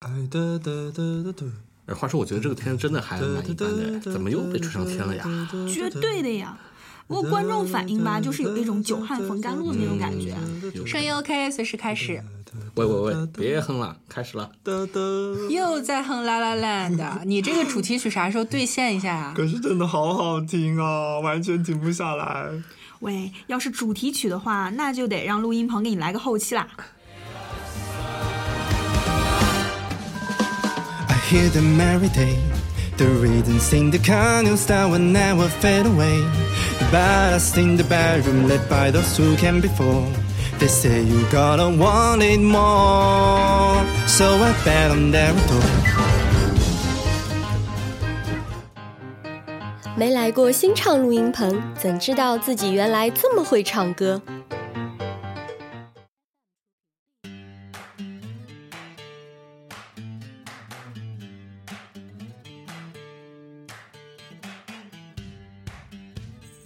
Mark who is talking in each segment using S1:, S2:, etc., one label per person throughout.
S1: 哎哒哒哒哒哒，
S2: 哎，话说，我觉得这个片真的还蛮一般的，怎么又被吹上天了呀？
S3: 绝对的呀。不过观众反应吧，就是有一种久旱逢甘露的那种
S4: 嗯
S3: 感觉。
S5: 声音 OK，随时开始。
S2: 喂喂喂，别哼了，开始了。
S1: 哒哒。
S6: 嗯
S5: 又在哼《La La Land》，你这个主题曲啥时候兑现一下啊？
S1: 可是真的好好听啊，完全停不下来。
S3: 喂，要是主题曲的话，那就得让录音棚给你来个后期啦。
S7: I hear them every day. The rhythm sing the canoes that will never fade away. The ballast in the bedroom led by those who came before. They say you gotta want it more. So I bet on their door.
S8: 没来过新唱录音棚，怎知道自己原来这么会唱歌？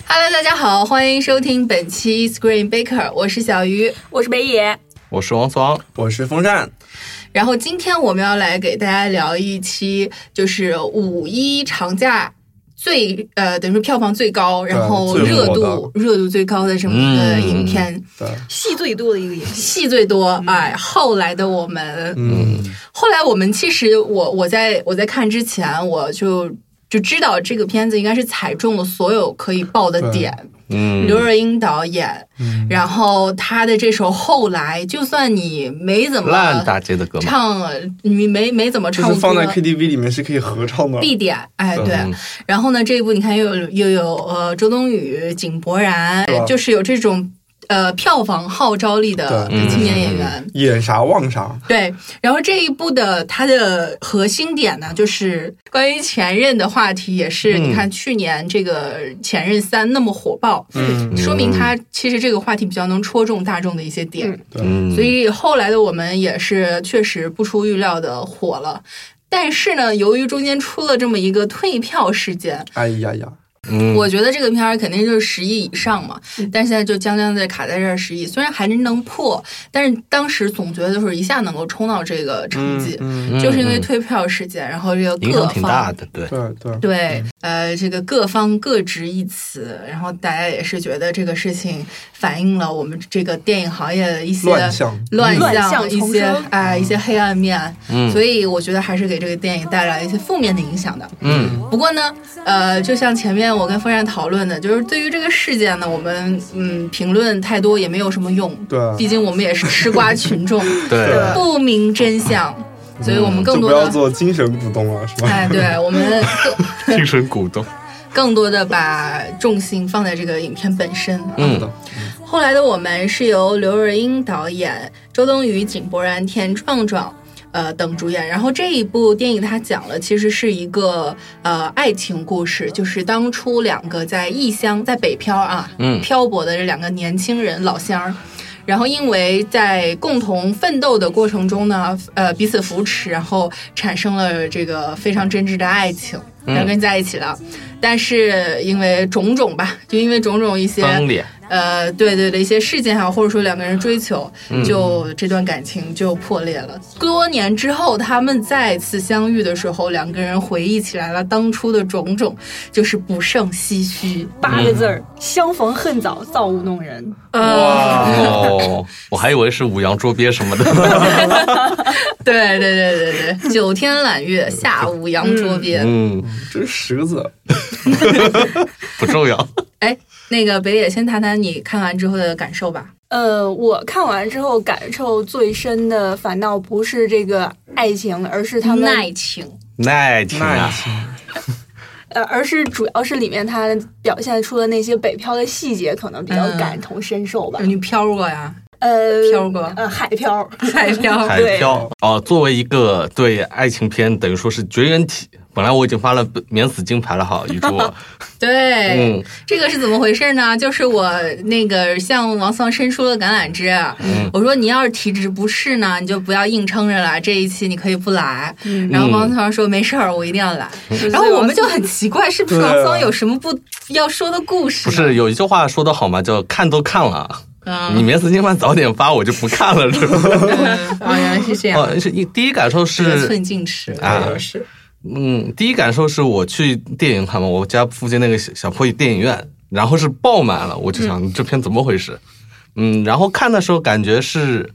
S5: Hello，大家好，欢迎收听本期 Screen Baker，我是小鱼。
S3: 我是北野，
S6: 我是王双，
S1: 我是风扇，
S5: 然后今天我们要来给大家聊一期，就是五一长假最呃，等于说票房最高，然后
S6: 最
S5: 热
S6: 火的
S5: 度热度最高的这么一个
S6: 嗯
S5: 影片。
S1: 对，
S3: 戏最多的一个演员。
S5: 戏最多，哎，后来的我们，
S1: 嗯，
S5: 后来我们其实我我在我在看之前，我就就知道这个片子应该是踩中了所有可以爆的
S1: 对嗯
S5: 点。
S6: 嗯，
S5: 刘若英导演，然后他的这首《后来》，就算你没怎么
S6: 烂大街的歌嘛，
S5: 唱，你没没怎么
S1: 就
S5: 唱
S1: 是
S5: 歌，
S1: 放在 KTV 里面是可以合唱的。
S5: 必点，哎，对。
S6: 嗯
S5: 然后呢，这一部你看又有又有呃周冬雨、井柏然
S1: 对吧，
S5: 就是有这种呃票房号召力的
S1: 对
S5: 的青年
S6: 嗯
S5: 演
S6: 嗯嗯
S5: 员。
S1: 演啥忘啥，
S5: 对，然后这一部的它的核心点呢，就是关于前任的话题，也是
S6: 嗯
S5: 你看去年这个《前任三》那么火爆，
S1: 嗯，
S5: 说明它其实这个话题比较能戳中大众的一些点，
S6: 嗯，
S5: 所以后来的我们也是确实不出预料的火了。但是呢，由于中间出了这么一个退票事件，
S1: 哎呀呀，
S6: 嗯
S5: 我觉得这个片儿肯定就是十亿以上嘛，但是现在就将将在卡在这儿十亿，虽然还是能破，但是当时总觉得就是一下能够冲到这个成绩，
S1: 嗯，
S5: 就是因为退票事件，然后这个
S6: 影
S5: 各
S6: 响挺大
S5: 方
S6: 的，对，
S1: 对对，
S5: 对呃这个各方各执一词，然后大家也是觉得这个事情反映了我们这个电影行业的一些
S1: 乱象，嗯
S5: 乱
S3: 乱
S5: 象
S3: 象
S5: 一
S3: 丛
S5: 些
S3: 生
S5: 哎一些黑暗面，
S6: 嗯
S5: 所以我觉得还是给这个电影带来一些负面的影响的。
S6: 嗯
S5: 不过呢，呃，就像前面我跟风扇讨论的，就是对于这个事件呢，我们嗯评论太多也没有什么用，
S1: 对啊
S5: 毕竟我们也是吃瓜 群众，
S6: 对，
S5: 不明真相，所以我们更
S1: 嗯就
S5: 多
S1: 不
S5: 的、
S1: 要做精神股东了，是 吧？
S5: 哎，对我们更
S6: 精神鼓动，
S5: 更多的把重心放在这个影片本身。
S6: 嗯
S5: 后来的我们是由刘若英导演、周冬雨、井柏然、田壮壮。呃，等主演。然后这一部电影它讲了，其实是一个呃爱情故事，就是当初两个在异乡，在北漂啊，
S6: 嗯
S5: 漂泊的这两个年轻人老乡儿，然后因为在共同奋斗的过程中呢，呃彼此扶持，然后产生了这个非常真挚的爱情，两个人在一起了。但是因为种种吧，就因为种种一些
S6: 当脸，
S5: 呃，对对的一些事件啊，或者说两个人追求，就这段感情就破裂了。多年之后，他们再次相遇的时候，两个人回忆起来了当初的种种，就是不胜唏嘘。
S3: 八个字儿：相逢恨早，造物弄人。
S5: 呃，
S6: 哦，我还以为是五羊捉鳖什么的，
S5: 对对对对对，九天揽月，下无羊卓别。
S6: 嗯，
S1: 这十个字，
S6: 不重 要，
S5: 哎，那个北野，先谈谈你看完之后的感受吧。
S4: 呃，我看完之后感受最深的，反倒不是这个爱情，而是他们，
S5: 耐情，
S6: 耐情
S1: 那
S6: 啊
S1: 也，行，
S4: 呃，而是主要是里面他表现出的那些北漂的细节，可能比较
S5: 嗯
S4: 感同身受吧。
S3: 嗯
S5: 你飘过呀？
S4: 呃，
S5: 飘过
S4: 呃，海漂，
S5: 海 飘。
S6: 海漂哦，作为一个对爱情片等于说是绝缘体，本来我已经发了免死金牌了 哈，雨珠，
S5: 对，
S6: 嗯
S5: 这个是怎么回事呢？就是我那个向王桑伸出了橄榄枝，啊
S6: 嗯
S5: 我说你要是体质不适呢，你就不要硬撑着了，这一期你可以不来。然后王桑说没事儿，我一定要来。然后我们就很奇怪，是不是
S1: 对啊
S5: 王桑有什么不要说的故事？
S6: 不是，有一句话说的好嘛，叫看都看了，
S5: 嗯
S6: 你免死金牌早点发，我就不看了， 是吧？
S5: 啊，原来是这样，
S6: 哦，是一第一感受是
S5: 得寸进尺，
S6: 啊
S5: 这就是
S6: 嗯，第一感受是我去电影看嘛，我家附近那个小小破电影院，然后是爆满了，我就想、这片怎么回事？嗯，然后看的时候感觉是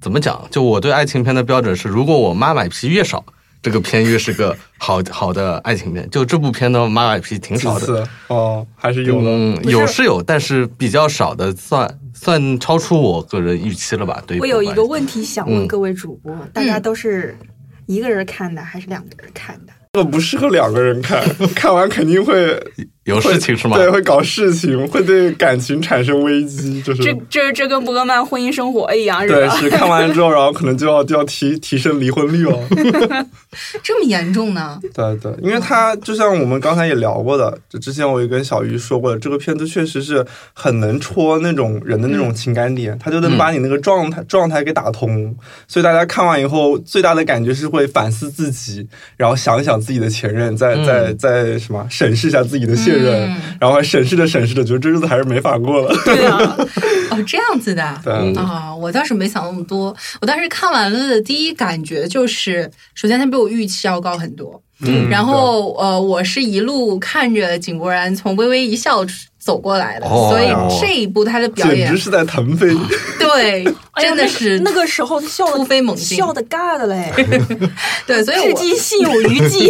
S6: 怎么讲？就我对爱情片的标准是，如果我妈买皮越少，这个片越是个好好的爱情片。就这部片的妈买皮挺
S1: 几
S6: 少的，
S1: 次哦，还是有的。
S6: 嗯，有是有，但是比较少的算算超出我个人预期了吧？对于
S4: 我有一
S6: 爱
S4: 个
S6: 情
S4: 问题想
S1: 嗯
S4: 问各位主播，大
S5: 嗯
S4: 家都是一个人看的还是两个人看的？
S1: 这个不适合两个人 看，看完肯定会
S6: 有
S1: 会
S6: 事情是吗？哦
S1: 对，会搞事情，会对感情产生危机，就是
S4: 这这这跟伯格曼婚姻生活一样是
S1: 对，
S4: 吧？
S1: 是看完了之后，然后可能就要就要提提升离婚率哦。
S5: 这么严重呢？
S1: 对对，因为它就像我们刚才也聊过的，就之前我也跟小鱼说过的，这个片子确实是很能戳那种人的那
S5: 嗯
S1: 种情感点，它就能把你那个状态、状态给打通。所以大家看完以后，最大的感觉是会反思自己，然后想一想自己的前任，再再再什么审视一下自己的现任，
S5: 嗯
S1: 然后还审视着审视着，觉得这日子还是没法过了。
S4: 对啊，
S5: 哦，这样子的啊。
S1: 对，
S6: 嗯
S5: 啊，我倒是没想那么多。我当时看完了的第一感觉就是，首先它比我预期要高很多。
S1: 嗯
S5: 然后呃，我是一路看着井柏然从微微一笑走过来的，
S6: 哦
S5: 所以这一部他的表
S1: 简
S5: 演
S1: 直是在腾飞。
S5: 对
S4: 哎呀
S5: 真的是、
S4: 那个那个时候笑的
S5: 突飞猛进
S4: 笑的尬的 嘞，
S5: 对，所以
S4: 至
S5: 我
S4: 今心有余悸。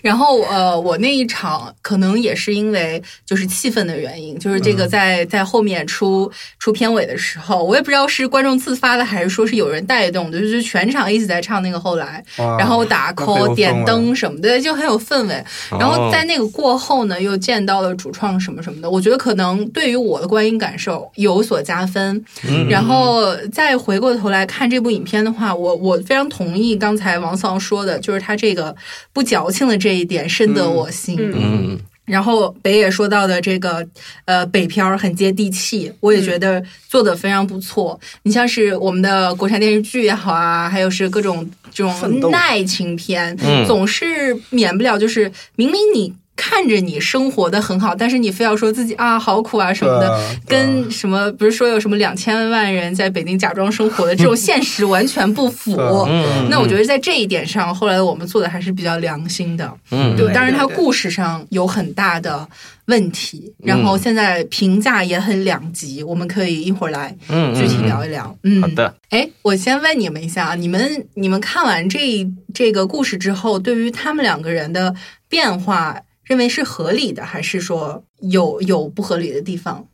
S5: 然后呃，我那一场可能也是因为就是气氛的原因，就是这
S1: 嗯
S5: 个在在后面出出片尾的时候，我也不知道是观众自发的还是说是有人带动的，就是全场一直在唱那个后来，
S1: 哇
S5: 然后打
S1: 啊那很有氛
S5: call、
S1: 围
S5: 点灯什么的，就很有氛围。
S6: 哦
S5: 然后在那个过后呢，又见到了主创什么什么的，我觉得可能对于我的观影感受有所加分。
S6: 嗯
S4: 嗯
S5: 然后再回过头来看这部影片的话，我我非常同意刚才王桑说的，就是他这个不矫情的这一点深得我心。
S4: 嗯
S6: 嗯，
S5: 然后北野说到的这个，呃，北漂儿很接地气，我也觉得做的非常不错。你像是我们的国产电视剧也好啊，还有是各种这
S1: 奋斗
S5: 种爱情片，
S6: 嗯
S5: 总是免不了就是明明你看着你生活的很好，但是你非要说自己啊好苦啊什么
S1: 对
S5: 的。
S1: 啊对啊
S5: 跟什么不是说有什么两千万人在北京假装生活的这种现实完全不 符，
S1: 对啊
S6: 嗯
S5: 那我觉得在这一点上，后来我们做的还是比较良心的。
S6: 嗯
S5: 对，当然它
S4: 对对
S5: 故事上有很大的问题，然后现在评价也很两极，我们可以一会儿来
S6: 嗯
S5: 具体聊一聊。嗯，
S6: 好。的，
S5: 哎，我先问你们一下啊，你们你们看完这一这个故事之后，对于他们两个人的变化，认为是合理的，还是说有有不合理的地方？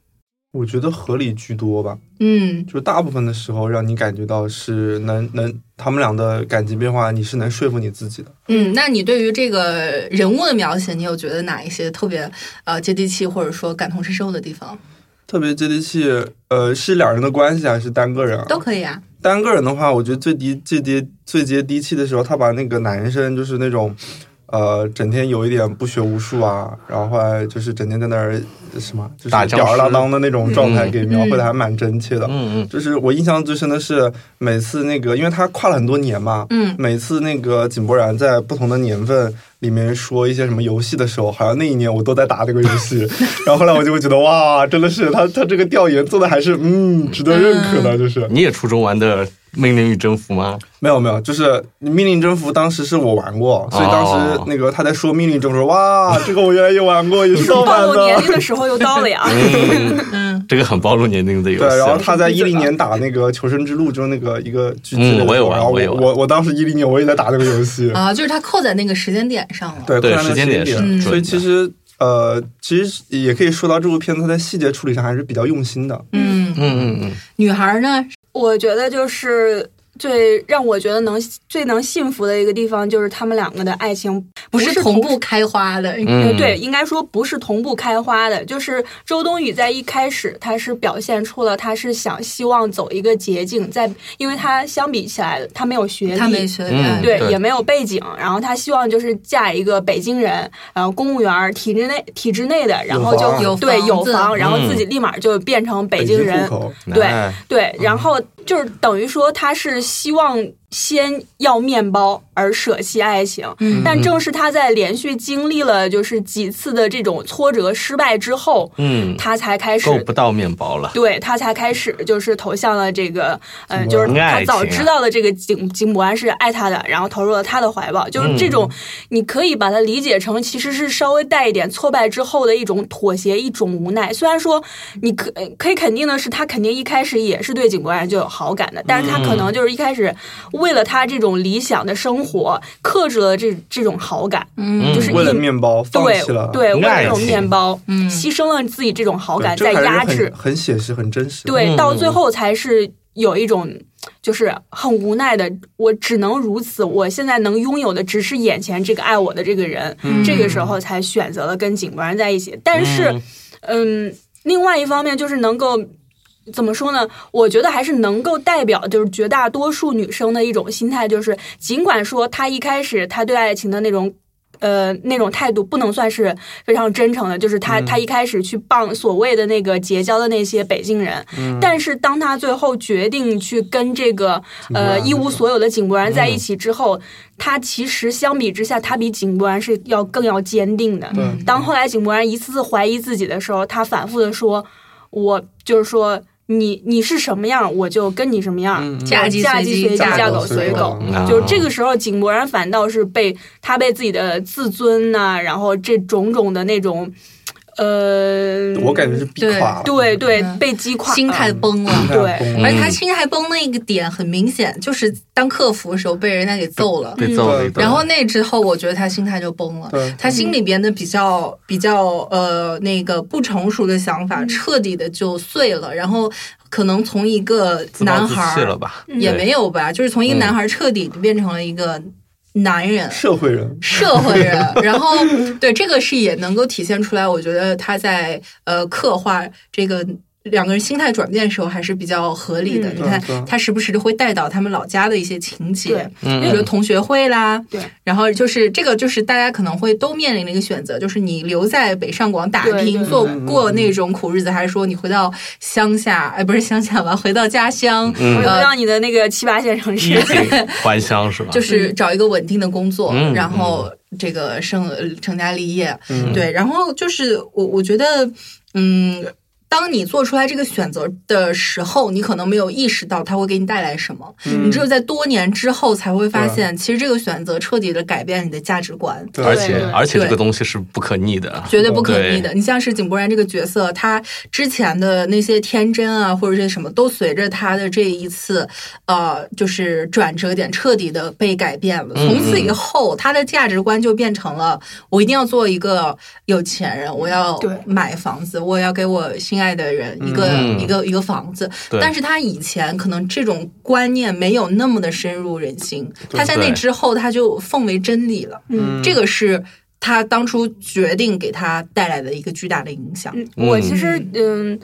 S1: 我觉得合理居多吧。
S5: 嗯
S1: 就大部分的时候，让你感觉到是能能他们俩的感情变化，你是能说服你自己的。
S5: 嗯，那你对于这个人物的描写，你有觉得哪一些特别呃接地气，或者说感同身受的地方？
S1: 特别接地气，呃，是两人的关系还是单个人啊？
S5: 都可以啊。
S1: 单个人的话，我觉得最低最低最接地气的时候，他把那个男生就是那种，呃，整天有一点不学无术啊，然后后来就是整天在那儿什么，就是
S6: 打僵
S1: 吊儿郎
S6: 尸
S1: 当的那种状态，
S6: 嗯
S1: 给描绘的还蛮真切的。
S6: 嗯嗯
S1: 就是我印象最深的是每次那个，因为他跨了很多年嘛，
S5: 嗯
S1: 每次那个井柏然在不同的年份里面说一些什么游戏的时候，好像那一年我都在打这个游戏，然后后来我就会觉得哇，真的是他他这个调研做的还是嗯值得认可的，就是
S6: 你也初中玩的《命令与征服》吗？
S1: 没有没有，就是命令征服当时是我玩过，所以当时
S6: 哦
S1: 那个他在说命令征服，哇，这个我原来也玩过，也是盗版
S4: 暴 露年龄
S1: 的。
S4: 的时候又到了呀。
S5: 嗯
S6: 这个很暴露年龄的游
S1: 对，然后
S6: 戏。
S1: 他在一零年打那个《求生之路》，就是那个一个剧
S6: 嗯
S1: 集的时候，
S6: 我也玩
S1: 然后
S6: 我也
S1: 我
S6: 玩
S1: 我我当时一零年我也在打这个游戏，
S5: 啊，就是它扣在那个时间点上了。
S1: 对
S6: 对
S1: 困难的
S6: 时间点
S1: 点
S6: 是
S5: 嗯
S1: 所以
S6: 准
S1: 其
S6: 的
S1: 实呃，其实也可以说到这部片子它在细节处理上还是比较用心的。
S5: 嗯，
S6: 嗯嗯嗯，
S5: 女孩儿呢？
S4: 我觉得就是最让我觉得能最能幸福的一个地方，就是他们两个的爱情
S5: 不
S4: 是
S5: 是同步开花的，
S4: 呃
S6: 嗯
S4: 对，应该说不是同步开花的。就是周冬雨在一开始，她是表现出了她是想希望走一个捷径，在因为她相比起来，她没有学历，
S5: 她没学
S6: 嗯
S5: 历。
S4: 对，
S6: 对
S4: 也没有背景，然后她希望就是嫁一个北京人，呃，公务员儿，体制内体制内的，然后就
S1: 房
S5: 有
S4: 对
S5: 房
S4: 有
S5: 子
S4: 房，然后
S6: 嗯
S4: 自己立马就变成北
S1: 北
S4: 京
S1: 京
S4: 人
S1: 户，口，
S4: 对
S6: 哎
S4: 对，然后就是等于说她是希望先要面包而舍弃爱情，
S6: 嗯
S4: 但正是他在连续经历了就是几次的这种挫折失败之后，
S6: 嗯，
S4: 他才开始
S6: 够不到面包了。
S4: 对他才开始就是投向了这个，呃，就是
S6: 母爱
S4: 他
S6: 情
S4: 早
S6: 啊
S4: 知道了这个井井柏安是爱他的，然后投入了他的怀抱，就是这
S1: 嗯
S4: 种，你可以把它理解成其实是稍微带一点挫败之后的一种妥协，一种无奈。虽然说你可呃可以肯定的是，他肯定一开始也是对井柏安就有好感的，但是他可
S1: 嗯
S4: 能就是一开始为了他这种理想的生活，克制了这这种好感，
S6: 嗯
S4: 就是
S1: 为了
S4: 一
S1: 面包放
S4: 对
S1: 弃了，
S4: 对为了这种
S6: 爱情
S4: 面包，
S5: 嗯
S4: 牺牲了自己这种好
S1: 对
S4: 感，
S1: 这
S4: 在
S1: 个还是
S4: 压
S1: 很
S4: 制。
S1: 很写实，很真实。
S4: 对，
S6: 嗯
S4: 到最后才是有一种就是很无奈的，我只能如此，我现在能拥有的只是眼前这个爱我的这个人，这个时候才选择了跟井柏然在一起。但是，嗯另外一方面就是能够。怎么说呢？我觉得还是能够代表就是绝大多数女生的一种心态，就是尽管说她一开始她对爱情的那种呃那种态度不能算是非常真诚的，就是他、他一开始去帮所谓的那个结交的那些北京人，但是当他最后决定去跟这个呃一无所有的井柏然在一起之后，他其实相比之下，他比井柏然是要更要坚定的。
S1: 对
S4: 当后来井柏然一次次怀疑自己的时候，他反复的说：“我就是说。”你你是什么样，我就跟你什么样，
S5: 嫁鸡
S4: 嫁
S5: 随鸡
S4: 鸡，
S5: 嫁
S4: 嫁
S1: 狗
S4: 狗
S1: 随嗯
S4: 随
S1: 狗
S4: 狗。
S6: 啊
S4: 就是这个时候，井柏然反倒是被他被自己的自尊呐、然后这种种的那种，呃，
S1: 我感觉是嗯逼垮了，
S4: 对对
S5: 嗯
S4: 被击垮，
S5: 心态崩了。
S1: 太
S4: 对
S1: 崩了
S5: 而且他心态崩那个点很明显，就是当客服的时候被人家给揍了，
S6: 被揍了
S1: 对
S6: 一顿，
S5: 嗯然后那之后，我觉得他心态就崩了
S1: 对，
S5: 他心里边的比较比较呃那个不成熟的想
S6: 嗯
S5: 法彻底的就碎了，然后可能从一个
S6: 自暴
S5: 男
S6: 自
S5: 孩
S6: 弃了嗯
S5: 儿
S6: 吧？
S5: 也没有吧，就是从一个男孩儿彻底变成了一个男人。
S1: 社会人，
S5: 社会人，然后对这个是也能够体现出来，我觉得他在呃刻画这个两个人心态转变的时候还是比较合理的。
S4: 嗯
S5: 你看
S1: 对对
S5: 他时不时的会带到他们老家的一些情节
S4: 对，
S5: 比
S6: 嗯
S5: 如说同学会啦，
S4: 对，
S5: 然后就是这个就是大家可能会都面临的一个选择，就是你留在北上广打
S4: 对
S5: 拼
S4: 对
S6: 嗯
S5: 做过那种苦日子，还是说你回到乡下，哎，不是乡下吧，回到家
S6: 嗯
S5: 乡，
S4: 我
S5: 呃，
S4: 让你的那个七八线城市
S6: 衣，锦还乡嗯是吧？
S4: 嗯
S5: 就是找一个稳定的工作，
S6: 嗯
S5: 然后这个生呃成家立业，
S1: 嗯
S5: 对，然后就是我我觉得，嗯，当你做出来这个选择的时候，你可能没有意识到它会给你带来什么，
S6: 嗯
S5: 你只有在多年之后才会
S6: 啊
S5: 发现，其实这个选择彻底的改变你的价值观。
S1: 对
S6: 而且
S4: 对
S6: 而且
S5: 对
S6: 这个东西是不可逆的。
S5: 绝对不可逆的。你像是井柏然这个角色，他之前的那些天真啊，或者是什么，都随着他的这一次，呃，就是转折点彻底的被改变了。从此以
S6: 嗯
S5: 后，他的价值观就变成了：我一定要做一个有钱人，我要
S4: 对
S5: 买房子，我要给我心爱的人一个、
S6: 嗯
S5: 一个一个房子。
S6: 对
S5: 但是他以前可能这种观念没有那么的深入人心，他在那
S6: 对
S5: 之后他就奉为真理了。
S4: 嗯
S5: 这个是他当初决定给他带来的一个巨大的影响。
S4: 嗯我其实嗯。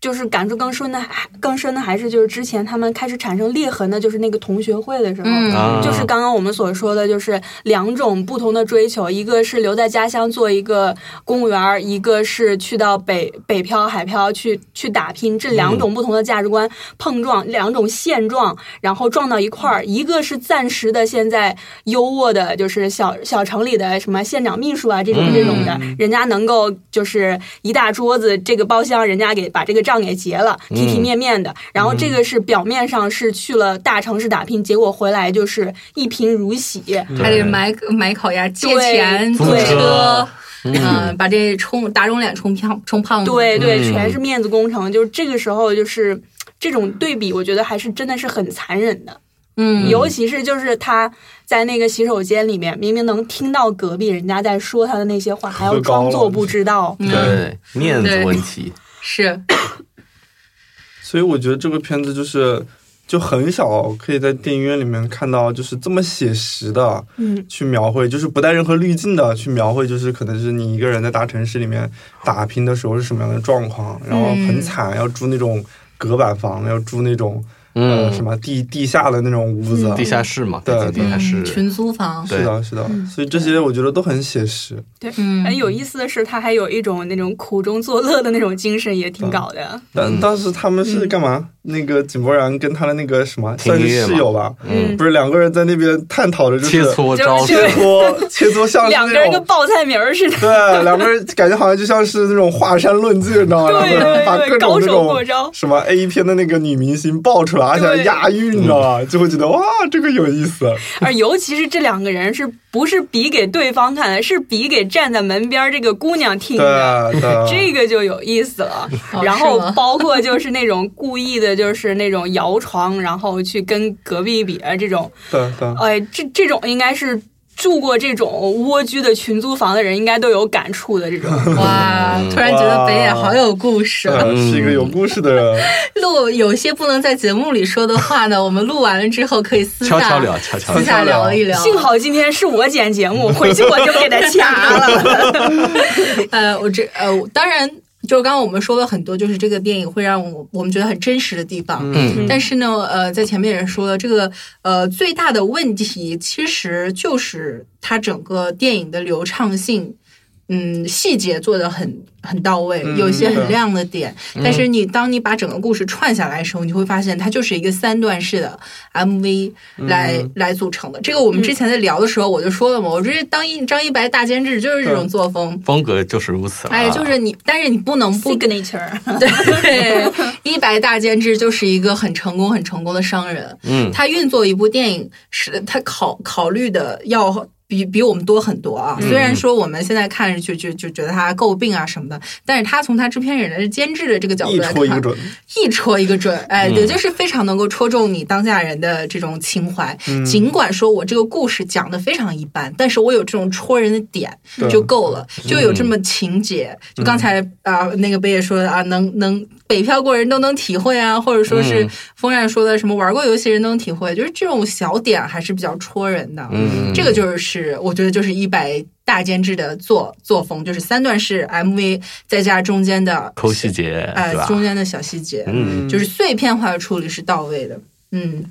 S4: 就是感触更深的，还更深的还是就是之前他们开始产生裂痕的，就是那个同学会的时候，
S5: 嗯
S6: 啊
S4: 就是刚刚我们所说的，就是两种不同的追求，一个是留在家乡做一个公务员儿，一个是去到北北漂、海漂去去打拼。这两种不同的价值观碰撞，两种现状，然后撞到一块儿。一个是暂时的，现在优渥的，就是小小城里的什么县长秘书啊这种这种的，
S1: 嗯
S4: 人家能够就是一大桌子这个包厢，人家给把这个账给结了，
S1: 嗯
S4: 体体面面的。然后这个是表面上是去了大城市打拼，结果回来就是一贫如洗。
S5: 还得买买烤鸭，借
S4: 对
S5: 钱
S4: 租
S5: 租
S4: 车
S5: 车，嗯，把这冲打肿脸充胖充胖子。
S4: 对对，
S6: 嗯
S4: 全是面子工程。就是这个时候，就是这种对比，我觉得还是真的是很残忍的。
S5: 嗯，
S4: 尤其是就是他在那个洗手间里面，明明能听到隔壁人家在说他的那些话，还要
S1: 喝高
S4: 装作
S1: 了
S4: 不知道。
S5: 嗯
S6: 对面子问题，
S5: 是
S1: 所以我觉得这个片子就是就很少可以在电影院里面看到，就是这么写实的，
S4: 嗯，
S1: 去描绘，就是不带任何滤镜的去描绘，就是可能是你一个人在大城市里面打拼的时候是什么样的状况，然
S4: 嗯
S1: 后很惨，要住那种隔板房，要住那种呃
S6: 嗯，
S1: 什么地地下的那种屋子，
S6: 地下室嘛，
S1: 对
S6: 北京地下
S5: 嗯
S6: 室，
S5: 群租房。
S1: 是的，是的，
S4: 嗯
S1: 所以这些我觉得都很写实，
S4: 对，
S5: 嗯
S4: 哎，有意思的是，他还有一种那种苦中作乐的那种精神，也挺搞的。
S6: 嗯
S4: 嗯
S1: 但当时他们是干嘛？那个井柏然跟他的那个什么算
S6: 听
S1: 是
S6: 音乐
S1: 室
S6: 嘛
S1: 友吧，
S4: 嗯
S1: 不是两个人在那边探讨着就是
S6: 切磋招式
S4: 就，
S1: 切磋切磋像是
S4: 两个人
S1: 那
S4: 跟
S1: 种。
S4: 报菜名儿似的，
S1: 对，两个人感觉好像就像是那种华山论剑，你知道吗？
S4: 对对
S1: 然后把
S4: 对
S1: 各种
S4: 高
S1: 那
S4: 手过
S1: 种
S4: 招
S1: 什么 A 片的那个女明星爆出来，而且还
S4: 对
S1: 押韵，你知道吗？就会觉得哇，这个有意思。
S4: 而尤其是这两个人是不是比给对方看的，是比给站在门边儿这个姑娘听
S1: 对
S4: 的。
S1: 对，
S4: 这个就有意思了，
S5: 哦
S4: 然
S5: 是
S4: 后
S5: 吗
S4: 包括就是那种故意的，就是那种摇床，然后去跟隔壁比啊，这种，
S1: 对对。
S4: 哎，这这种应该是住过这种蜗居的群租房的人，应该都有感触的这种。
S5: 哇，突然觉得北野好有故事啊。
S1: 对是一个有故事的人，
S4: 嗯
S5: 录有些不能在节目里说的话呢，我们录完了之后可以私下
S6: 悄悄聊，悄悄
S5: 私
S6: 聊。
S5: 下聊一聊。
S4: 幸好今天是我剪节 目，回去我就给他掐了。
S5: 呃，我这呃，我当然就是刚刚我们说了很多，就是这个电影会让我我们觉得很真实的地方。
S6: 嗯，
S5: 但是呢，呃，在前面也说了，这个呃最大的问题其实就是它整个电影的流畅性。嗯，细节做的很很到位，
S1: 嗯
S5: 有一些
S1: 对
S5: 很亮的点。但是你当你把整个故事串下来的时候，你会发现它就是一个三段式的 MV
S1: 嗯
S5: 来、来组成的。这个我们之前在聊的时候我就说了嘛，我觉得当一张一白大监制就是这种
S1: 对
S5: 作风。
S6: 风格就是如此了啊。
S5: 哎，就是你，但是你不能 不
S4: Signature，
S5: 对，一白大监制就是一个很成功、很成功的商人。
S6: 嗯
S5: 他运作一部电影是他考考虑的要比比我们多很多啊。
S1: 嗯
S5: 虽然说我们现在看上去就就觉得他诟病啊什么的，但是他从他制片人的监制的这个角度
S1: 一
S5: 来
S1: 戳一个
S5: 看，
S1: 准，嗯
S5: 一戳一个准，哎，对，就是非常能够戳中你当下人的这种情怀。
S1: 嗯
S6: 嗯
S5: 尽管说我这个故事讲的非常一般，但是我有这种戳人的点
S1: 对
S5: 就够了，
S6: 嗯
S5: 就有这么情节。就刚才啊、那个北野说的啊，能能北漂过人都能体会啊，或者说是
S6: 嗯
S5: 风扇说的什么玩过游戏人都能体会，就是这种小点还是比较戳人的。
S6: 嗯，
S5: 这个就是我觉得就是一百大监制的作作风，就是三段式 MV 再加中间的
S6: 抠细节，
S5: 哎
S6: 对吧？
S5: 中间的小细节，
S6: 嗯，
S5: 就是碎片化的处理是到位的。嗯，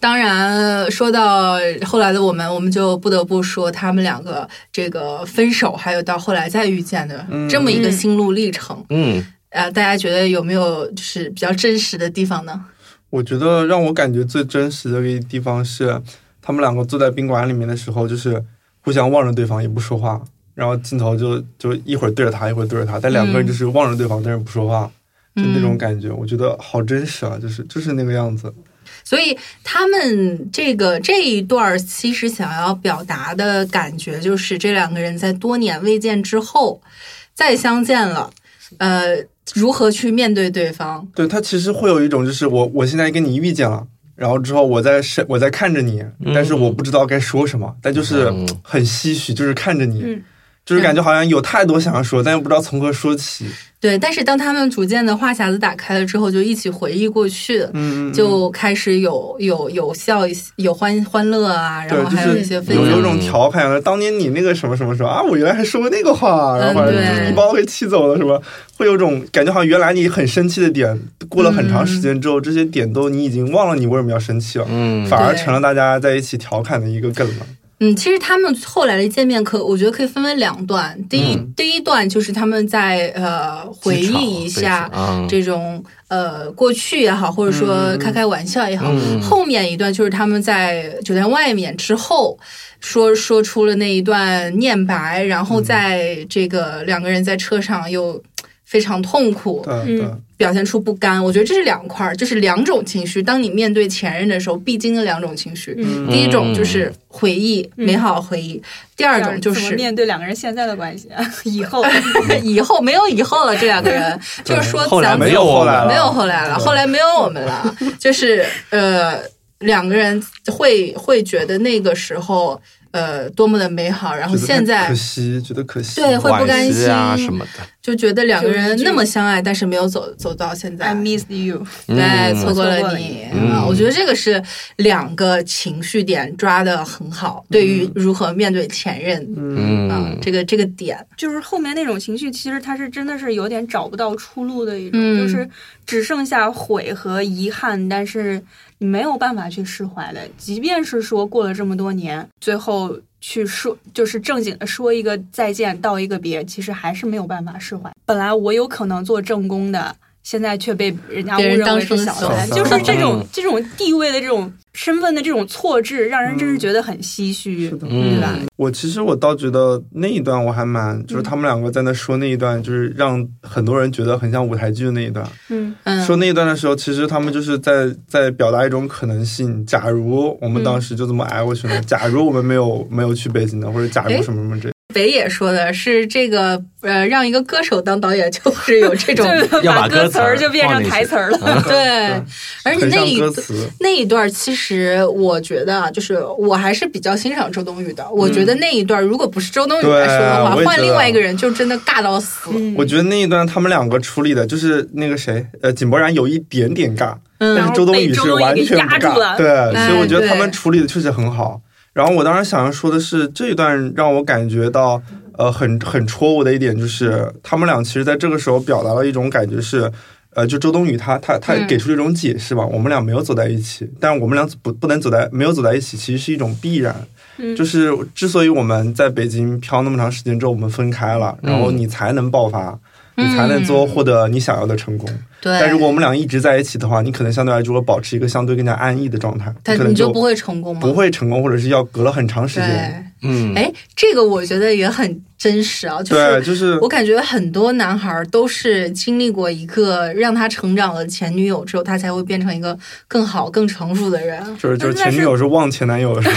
S5: 当然，说到后来的我们，我们就不得不说他们两个这个分手，还有到后来再遇见的这么一个心路历程。
S6: 嗯，
S5: 呃，大家觉得有没有就是比较真实的地方呢？
S1: 我觉得让我感觉最真实的一个地方是，他们两个坐在宾馆里面的时候，就是互相望着对方也不说话，然后镜头就就一会儿对着他，一会儿对着他，但两个人就是望着对方，但是不说话，就那种感觉，我觉得好真实啊，就是就是那个样子。
S5: 所以他们这个这一段儿其实想要表达的感觉，就是这两个人在多年未见之后再相见了，呃，如何去面对对方？
S1: 对他其实会有一种就是我我现在跟你遇见了。然后之后，我在是我在看着你，但是我不知道该说什么，但就是
S6: 嗯
S1: 很唏嘘，就是看着你，
S4: 嗯
S1: 就是感觉好像有太多想要说，但又不知道从何说起。
S5: 对，但是当他们逐渐的话匣子打开了之后，就一起回忆过去，
S1: 嗯，嗯嗯
S5: 就开始有有有笑一些，有欢欢乐啊，然
S1: 对，
S5: 后
S1: 就
S5: 还有一些
S1: 是
S5: 分
S1: 有有
S5: 享。
S1: 种调侃的，当年你那个什么什么什么啊，我原来还说过那个话，然后把
S5: 嗯对
S1: 你把我给气走了，什么会有种感觉，好像原来你很生气的点，过了很长时间之后，这些点都你已经忘了你为什么要生气了，
S6: 嗯
S1: 反而
S5: 对
S1: 成了大家在一起调侃的一个梗了。
S5: 嗯，其实他们后来的见面可，我觉得可以分为两段。第一、
S1: 嗯
S5: 第一段就是他们在呃回
S6: 机场
S5: 忆一下
S6: 对嗯
S5: 这种、呃过去也好，或者说开开玩笑也好。
S6: 嗯
S5: 后面一段就是他们在酒店外面之后说说出了那一段念白，然后在这个两个人在车上又。非常痛苦，
S1: 对嗯对，
S5: 表现出不甘，我觉得这是两块儿，就是两种情绪。当你面对前任的时候，必经的两种情绪，
S4: 嗯
S1: 哎
S5: 第一种就是回忆，
S6: 嗯
S5: 美好的回忆； 第二种就
S4: 怎么
S5: 是
S4: 面对两个人现在的关系，以 后
S5: 以后没有以后了，这两个 人就是说
S6: 后来
S5: 咱们
S6: 没有
S1: 后
S6: 我
S1: 来
S6: 们
S1: 了
S5: 没有后来了，
S1: 啊对
S5: 后来没有我们 了，就是呃，两个人会会觉得那个时候呃多么的美好，然后
S1: 觉得
S5: 现在
S1: 哎可惜，觉得可惜，
S5: 对会不甘
S6: 惋惜啊
S5: 心
S6: 什么的，
S5: 就觉得两个人
S4: 就是
S5: 那么相爱，但是没有走走到现在
S4: I。miss you。
S5: 对，
S6: 嗯
S5: 错过
S4: 错过
S5: 了
S4: 了
S5: 你
S6: 嗯
S5: 啊！我觉得这个是两个情绪点抓的很好，对
S1: 嗯
S5: 于如何面对前任啊
S6: 嗯，
S5: 这个这个点，
S4: 就是后面那种情绪，其实他是真的是有点找不到出路的一种，
S5: 嗯
S4: 就是只剩下悔和遗憾，但是你没有办法去释怀了。即便是说过了这么多年，最后去说就是正经的说一个再见，道一个别，其实还是没有办法释怀。本来我有可能做正宫的。现在却被人家误
S5: 别人
S4: 认
S5: 当
S4: 为是
S5: 成
S4: 小
S5: 小
S4: 三，
S5: 三
S4: 就是这种
S6: 嗯
S4: 这种地位的这种身份的这种错置，让人真
S5: 嗯
S4: 是觉得很唏嘘，对
S5: 啊
S4: 吧？
S1: 我其实我倒觉得那一段我还蛮，
S5: 嗯
S1: 就是他们两个在那说那一段，就是让很多人觉得很像舞台剧的那一段。
S4: 嗯
S5: 嗯，
S1: 说那一段的时候，其实他们就是在在表达一种可能性。假如我们当时就这么挨过 去呢？假如我们没有没有去北京呢，或者假如
S5: 诶
S1: 什么什么这，
S5: 北野说的是这个呃，让一个歌手当导演就是有 这种
S4: 就是
S6: 要
S4: 把
S6: 把歌
S4: 歌
S6: 词
S4: 词
S6: 儿
S4: 儿就变成台词儿了。
S5: 嗯对，而且
S1: 很
S5: 那
S1: 像
S5: 一
S1: 歌词。
S5: 那一段，其实我觉得啊，就是我还是比较欣赏周冬雨的。我觉得那一段如果不是周冬雨来说的话，
S1: 嗯对我也觉得啊嗯
S5: 换另外一个人就真的尬到死。
S1: 我觉得那一段他们两个处理的就是那个谁，呃，井柏然有一点点尬，
S5: 嗯
S1: 但是周冬雨是完全不
S4: 然后被周冬雨给压住
S1: 尬，
S4: 了
S1: 对，所以我觉得
S5: 对
S1: 他们处理的确实很好。然后我当时想要说的是，这一段让我感觉到，呃，很很戳我的一点就是，他们俩其实在这个时候表达了一种感觉是。呃，就周冬雨她她她
S5: 嗯
S1: 给出了一种解释吧，我们俩没有走在一起，但我们俩不不能走在没有走在一起，其实是一种必然。
S5: 嗯
S1: 就是之所以我们在北京漂那么长时间之后，我们分开了，然
S5: 嗯
S1: 后你才能爆发，你才能做获得你想要的成功。
S5: 对，
S1: 但如果我们俩一直在一起的话，你可能相对来说保持一个相对更加安逸的状态，
S5: 但
S1: 可
S5: 你
S1: 能
S5: 就
S1: 就
S5: 不会成功吗？
S1: 不。会成功，或者是要隔了很长时
S5: 对，
S1: 间。
S6: 嗯，
S5: 哎，这个我觉得也很真实啊，就是
S1: 对，就是
S5: 我感觉很多男孩儿都是经历过一个让他成长的前女友之后，他才会变成一个更好、更成熟的人。
S1: 就是就是
S4: 但是
S1: 前女友是忘前男友是吧？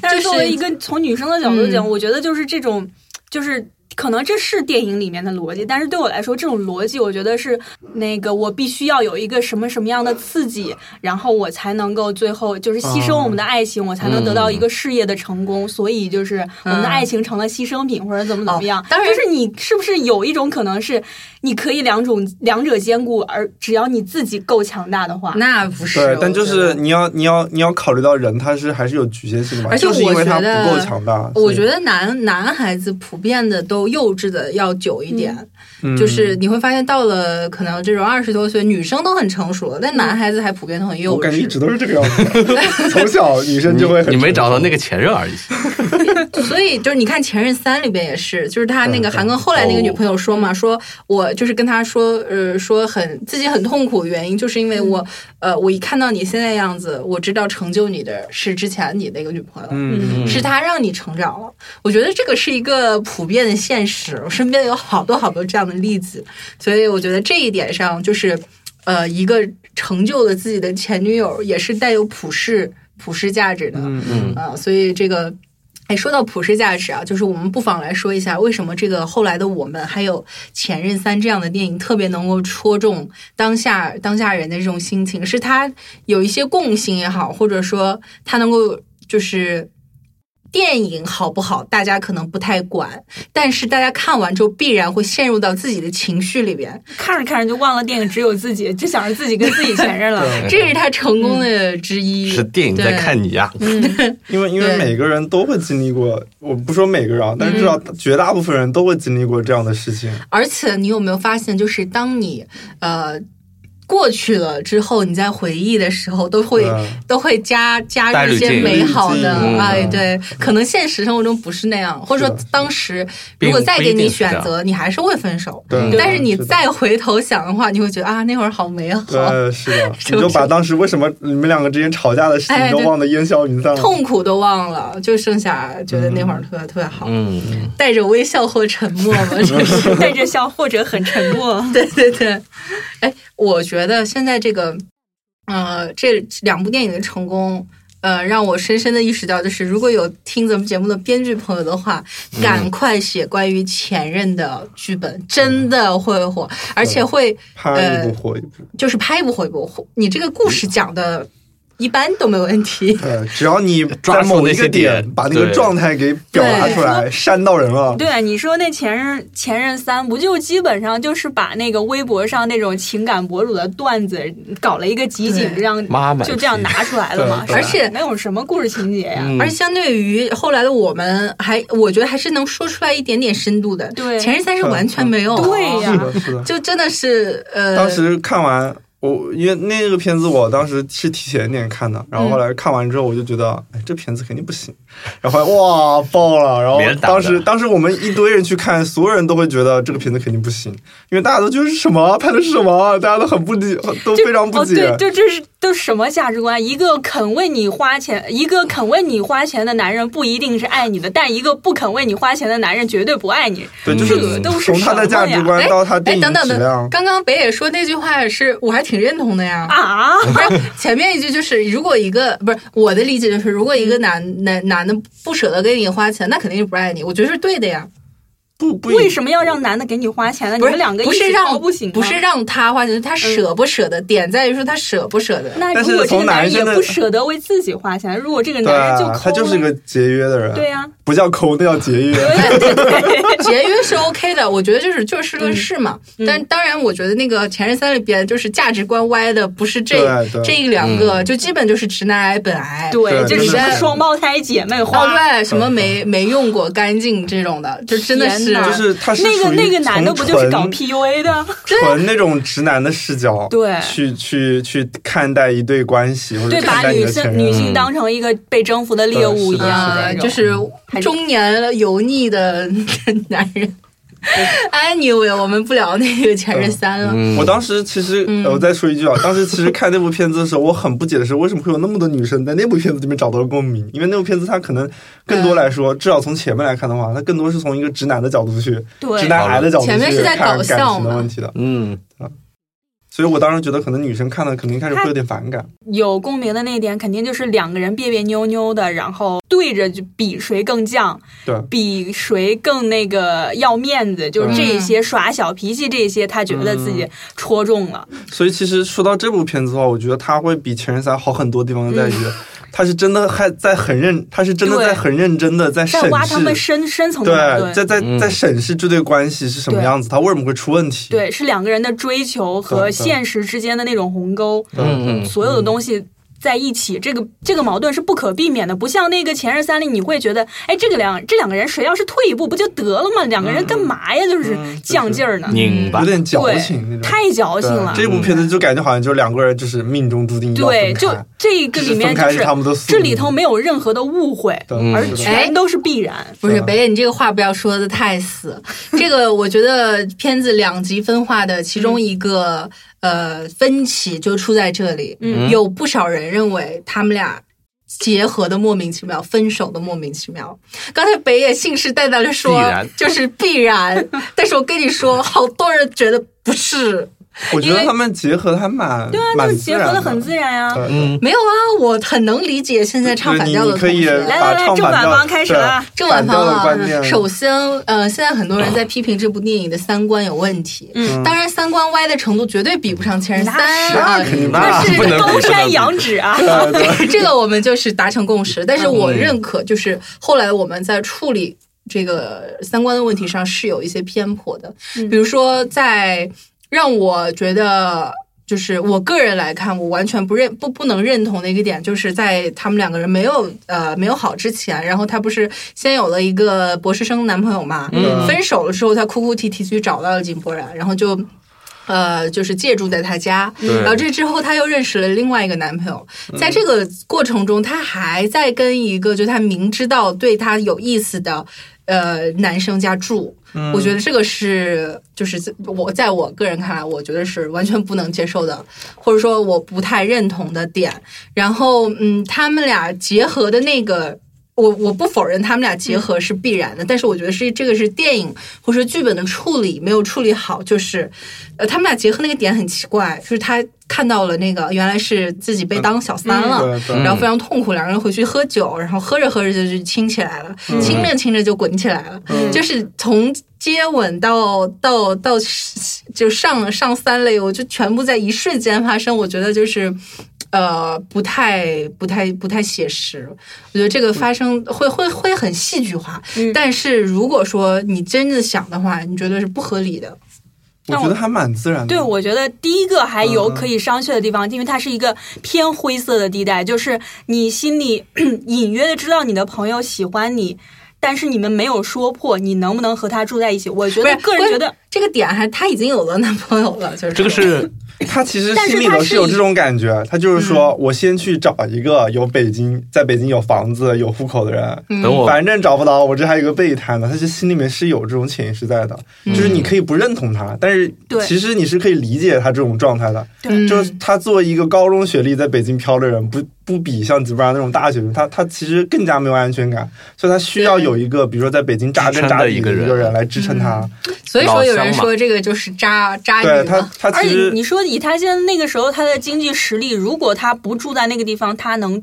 S4: 但是作
S5: 就是
S4: 为一个从女生的角度讲，
S5: 嗯
S4: 我觉得就是这种，就是可能这是电影里面的逻辑，但是对我来说，这种逻辑我觉得是那个我必须要有一个什么什么样的刺激，然后我才能够最后就是牺牲
S1: 哦
S4: 我们的爱情，我才能得
S5: 嗯
S4: 到一个事业的成功。所以就是我们的爱情成了牺牲品，或者怎么怎么样。
S5: 哦当然
S4: 就是你是不是有一种可能是你可以两种两者兼顾，而只要你自己够强大的话，
S5: 那不是，
S1: 对
S5: 我，
S1: 但就
S5: 觉得
S1: 是你要你要你要考虑到人他是还是有局限性的嘛，
S5: 而且
S1: 就是
S5: 我
S1: 因为他
S5: 觉得
S1: 不够强大。
S5: 我觉
S1: 得
S5: 得男男孩子普遍的都幼稚的要久一
S1: 嗯
S5: 点，就是你会发现到了可能这种二十多岁，女生都很成熟了，但男孩子还普遍都很幼
S1: 嗯我感觉一
S5: 稚。
S1: 直都是这个样 子，从小女生就会很
S6: 你没找到那个前任而已。
S5: 所以就是你看《前任三》里边也是，就是他那
S1: 对
S5: 个韩庚后来那个
S6: 哦
S5: 女朋友说嘛，说我就是跟他说，呃，说很自己很痛苦，原因就是因为我，
S1: 嗯
S5: 呃，我一看到你现在样子，我知道成就你的是之前你那个女朋友，
S1: 嗯
S5: 是他让你成长了。我觉得这个是一个普遍的现实，我身边有好多好多这样的例子，所以我觉得这一点上就是，呃，一个成就了自己的前女友，也是带有普世普世价值的，
S1: 嗯
S6: 嗯
S5: 啊，所以这个。哎，说到普世价值啊，就是我们不妨来说一下，为什么这个后来的我们还有《前任三》这样的电影特别能够戳中当下当下人的这种心情，是它有一些共性也好，或者说它能够就是电影好不好，大家可能不太管，但是大家看完之后必然会陷入到自己的情绪里边，
S4: 看着看着就忘了电影只有自己，只想着自己跟自己前任 了。
S5: 这是他成功的之一。
S6: 嗯是电影在
S5: 对嗯
S6: 看你啊呀，
S1: 因为因为
S5: 对
S1: 每个人都会经历过，我不说每个人啊，但是至少
S5: 嗯
S1: 绝大部分人都会经历过这样的事情。
S5: 而且你有没有发现，就是当你呃过去了之后，你在回忆的时候，都会、
S1: 对
S6: 嗯
S5: 都会加加
S6: 带
S5: 入
S6: 滤
S5: 一些
S6: 镜
S5: 美好的
S1: 嗯滤镜，
S5: 哎，
S1: 嗯
S5: 对，可能现实生活中不是那样，或者说
S1: 是的
S5: 当时
S6: 并
S5: 如果再给
S6: 不一
S5: 你
S6: 定是
S5: 选
S6: 这
S5: 择，你还是会分手。
S6: 嗯
S1: 对，
S5: 但是你
S1: 的
S5: 再回头想的话，你会觉得啊，那会儿好美好，
S1: 对，是 的，
S5: 是
S1: 你
S5: 不
S1: 就是把当时为什么你们两个之间吵架的事
S5: 哎
S1: 情都
S5: 对
S1: 忘得烟消云散了。
S5: 痛苦都忘了，就剩下觉得那会儿特别特别好，
S6: 嗯，
S5: 带着微笑或沉默 嘛，这是。
S4: 带着 笑或者很沉默。
S5: 对 对对，哎，我觉得现在这个，呃，这两部电影的成功，呃，让我深深的意识到，就是如果有听咱们节目的编剧朋友的话，
S4: 嗯
S5: 赶快写关于前任的剧本，真的会火，而
S4: 嗯
S5: 且会
S1: 拍一部火一部，
S5: 就是拍一部火一部，火你这个故
S4: 嗯
S5: 事讲的一般都没问题。
S1: 对，只要你
S6: 抓
S1: 在
S6: 住
S1: 某
S6: 那
S1: 一
S6: 些
S1: 个
S6: 点
S1: 把那个
S6: 对
S1: 状态给表达出来，煽到人了。
S4: 对，你说那前任前任三不就基本上就是把那个微博上那种情感博主的段子搞了一个集锦，
S5: 对
S4: 这样
S6: 妈妈
S4: 就这样拿出来了嘛？
S1: 对
S5: 对
S4: 是吧
S5: 而且
S4: 能有什么故事情节呀？
S6: 嗯
S5: 而且相对于后来的我们还，我觉得还是能说出来一点点深度的。
S4: 对嗯
S5: 前任三是完全没有。啊
S4: 对呀
S1: 是的，是的。
S5: 就真的是呃，
S1: 当时看完我因为那个片子我当时是提前一点看的，然后后来看完之后我就觉得，哎，这片子肯定不行。然后后来哇爆了，然后
S6: 别人打的
S1: 当时当时我们一堆人去看，所有人都会觉得这个片子肯定不行，因为大家都觉得是什么拍的是什么，大家都很不理，都
S4: 就
S1: 非常不解。
S4: 哦、对，就这是都什么价值观？一个肯为你花钱，一个肯为你花钱的男人不一定是爱你的，但一个不肯为你花钱的男人绝对不爱你。
S1: 对，就
S4: 这个
S1: 是
S4: 都是
S1: 从他的
S4: 什么
S1: 价
S4: 呀
S1: 值观
S5: 哎
S1: 到他电
S5: 哎，
S1: 影
S5: 等等
S1: 质量
S5: 等，，刚刚北野说那句话是我还挺认同的呀。
S4: 啊，
S5: 不是前面一句就是，如果一个不是我的理解就是，如果一个男、男男的不舍得给你花钱，那肯定是不爱你。我觉得是对的呀，
S1: 不不
S4: 为什么要让男的给你花钱呢？哎你
S5: 不是
S4: 们两个一
S5: 不是
S4: 起
S5: 让
S4: 掏不行吗啊
S5: 不是让他花钱，他舍不舍得，点在于说他舍不舍得。
S4: 那
S1: 但是
S4: 如果这个
S1: 从
S4: 男
S1: 男
S4: 人
S1: 生
S4: 也
S1: 的
S4: 不舍得为自己花钱，如果这个
S1: 对
S4: 男人
S1: 啊
S4: 就抠了，
S1: 他就是一个节约的人，
S4: 对啊呀、
S1: 不叫抠，那叫节约。
S5: 节约是 OK 的，我觉得就是就事论事嘛。
S4: 嗯
S5: 但当然，我觉得那个《前任三》里边就是价值观歪的，不是这
S1: 对嗯对
S5: 这一两个，就基本就是直男癌、本癌。
S4: 对，
S1: 对就
S4: 就
S1: 是是
S4: 什么双胞胎姐妹
S5: 哦，
S4: 花。
S5: 对，什么没没用过干净这种的，就真的是
S4: 天哪
S1: 就是他是
S4: 那
S1: 属
S4: 个
S1: 于
S4: 那个男的
S1: 从
S4: 不就是搞
S1: 纯
S4: PUA 的？
S1: 纯那种直男的视角，
S4: 对
S1: 去去去看待一对关系，或者
S4: 对，
S1: 看
S4: 把
S1: 待你
S4: 女
S1: 的前
S4: 性
S1: 任
S4: 女性当成一个被征服的猎物一
S1: 对
S4: 样
S5: 啊
S4: 的，那
S5: 就
S4: 种。
S5: 是中年了油腻的 男人。Anyway，我们不聊那个《前任三》了。
S6: 嗯
S1: 我当时其实，
S4: 嗯
S1: 呃我再说一句啊，当时其实看那部片子的时候，我很不解的是，为什么会有那么多女生在那部片子里面找到共鸣？因为那部片子它可能更
S4: 嗯
S1: 多来说，至少从前面来看的话，它更多是从一个直男的角度去，
S4: 对
S1: 直男癌的角度去
S5: 前面是在
S1: 看
S5: 搞
S1: 感
S5: 笑
S1: 情的
S5: 嘛
S1: 问题的。
S6: 嗯，
S1: 所以我当时觉得，可能女生看了肯定开始会有点反感。
S4: 有共鸣的那一点，肯定就是两个人别别扭扭的，然后对着就比谁更犟，
S1: 对，
S4: 比谁更那个要面子，就是
S5: 嗯
S4: 这些耍小脾气，这些他觉得自
S1: 嗯
S4: 己戳中了。
S1: 所以其实说到这部片子的话，我觉得它会比《前任三》好很多地方在于，它是真的还在很认，它是真的
S4: 嗯对
S1: 在很认真的在审
S4: 在挖他们
S1: 视，
S4: 深深层的
S1: 对，
S4: 矛
S1: 在
S4: 盾。
S1: 在在审视这对关系是什么
S4: 对
S1: 样子，它为什么会出问题？
S4: 对，是两个人的追求和
S1: 对对
S4: 现实之间的那种鸿沟，
S6: 嗯嗯
S4: 所有的东西在一起，这个这个矛盾是不可避免的。不像那个《前任三》里，你会觉得，哎，这个两这两个人谁要是退一步不就得了吗？两个人干
S1: 嗯
S4: 嘛呀？就是犟劲儿
S5: 嗯
S4: 呢，
S6: 拧巴
S1: 有，点矫
S4: 对
S1: 情那种。
S4: 太矫
S1: 对
S4: 情了。
S1: 这部片子就感觉好像就两个人就是命中注定要
S4: 对，
S1: 分
S4: 就
S1: 开，
S4: 这个里面
S1: 分
S4: 就
S1: 开
S4: 是
S1: 他们的宿
S4: 这
S1: 命
S4: 里头没有任何的误会，
S1: 对
S6: 嗯
S1: 而
S6: 是的
S5: 哎
S4: 全都是必然。
S5: 不是
S1: 嗯
S5: 北野，你这个话不要说的 太死。这个我觉得片子两极分化的其中一个、
S1: 嗯
S5: 呃分歧就出在这里，
S4: 嗯
S5: 有不少人认为他们俩。结合的莫名其妙，分手的莫名其妙。刚才北野信誓旦旦的说
S6: 必然，
S5: 就是必 然。但是我跟你说，好多人觉得不是，
S1: 我觉
S5: 因
S1: 得
S5: 为
S1: 他们结合的还蛮
S4: 对啊，
S1: 哎蛮
S4: 就是
S1: 自
S4: 结
S1: 然
S4: 合
S1: 的
S4: 的很自然呀、
S1: 对对
S6: 嗯，
S5: 没有啊，我很能理解现在唱
S1: 对
S5: 反
S1: 你
S5: 调的
S1: 你可以
S5: 同学
S4: 来
S1: 把
S4: 来来
S1: 唱
S4: 正
S1: 反
S4: 反
S1: 调
S4: 方开始
S1: 对
S4: 了啊
S5: 正反
S1: 调
S5: 方
S1: 的观
S5: 啊，
S1: 念，
S5: 首先，呃，现在很多人在批评这部电影的三观有问题。嗯，当然，三观歪的程度绝对比不上《前任三
S4: 那》
S5: 啊，
S1: 肯定
S6: 那
S5: 但是
S6: 不能
S4: 高山仰止啊！
S5: 对 嗯这个我们就是达成共识。但是我认可，就是后来我们在处理这个三观的问题上是有一些偏颇的，比如说在让我觉得。就是我个人来看，我完全不认不不能认同的一个点，就是在他们两个人没有呃没有好之前，然后她不是先有了一个博士生男朋友嘛，分手了之后，她哭哭啼啼去找到了井柏然，然后就呃，就是借住在他家，然后这之后她又认识了另外一个男朋友，在这个过程中，她还在跟一个就她明知道对她有意思的呃男生家住，我觉得这个是就是我在我个人看来，我觉得是完全不能接受的，或者说我不太认同的点。然后嗯，他们俩结合的那个。我我不否认他们俩结合是必然的，但是我觉得是这个是电影或者说剧本的处理没有处理好，就是，呃，他们俩结合那个点很奇怪，就是他看到了那个原来是自己被当小三
S4: 嗯
S6: 嗯
S5: 了，
S1: 对嗯对
S5: 然后非常痛苦，两个人回去喝酒，然后喝着喝着就就亲起来了，亲着亲着就滚起来了，
S4: 嗯
S5: 就是从接吻到到到就上上三类，我就全部在一瞬间发生，我觉得就是。呃，不太、不太、不太写实。我觉得这个发生会会会很戏剧化，但是如果说你真的想的话，你觉得是不合理的。
S1: 我觉得还蛮自然的。
S4: 对，我觉得第一个还有可
S1: 嗯
S4: 以商榷的地方，因为它是一个偏灰色的地带，就是你心里 隐约的知道你的朋友喜欢你，但是你们没有说破，你能不能和他住在一起？我觉
S5: 不
S4: 得
S5: 是
S4: 个人
S5: 关
S4: 觉得，
S5: 这个点还她已经有了男朋友了，就是
S6: 这个
S5: 种
S6: 是
S1: 他其实
S5: 但是
S1: 心里
S5: 他
S1: 头
S5: 是
S1: 是有
S5: 以
S1: 这种感觉，他就是
S4: 嗯
S1: 说我先去找一个有北京，在北京有房子、有户口的人，
S5: 嗯
S6: 等我
S1: 反正找不到，我这还有个备胎呢。他是心里面是有这种潜意识在的，就是你可以不认同他，但是
S4: 嗯对
S1: 其实你是可以理解他这种状态的。
S5: 嗯
S1: 就是他作为一个高中学历在北京漂的人，不不比像吉布拉那种大学生，他他其实更加没有安全感，所以他需要
S5: 对
S1: 有一个比如说在北京扎根
S6: 支撑
S1: 扎
S6: 的
S1: 底
S6: 一个
S1: 的一
S6: 人
S1: 个人来支撑他。
S5: 所以说有人
S6: 老乡嘛
S5: 说这个就是渣渣
S1: 对
S5: 女
S1: 他
S5: 嘛，，
S1: 他
S4: 嗯而
S1: 其
S4: 且
S1: 实
S4: 你说以他现在那个时候他的经济实力，如果他不住在那个地方，他能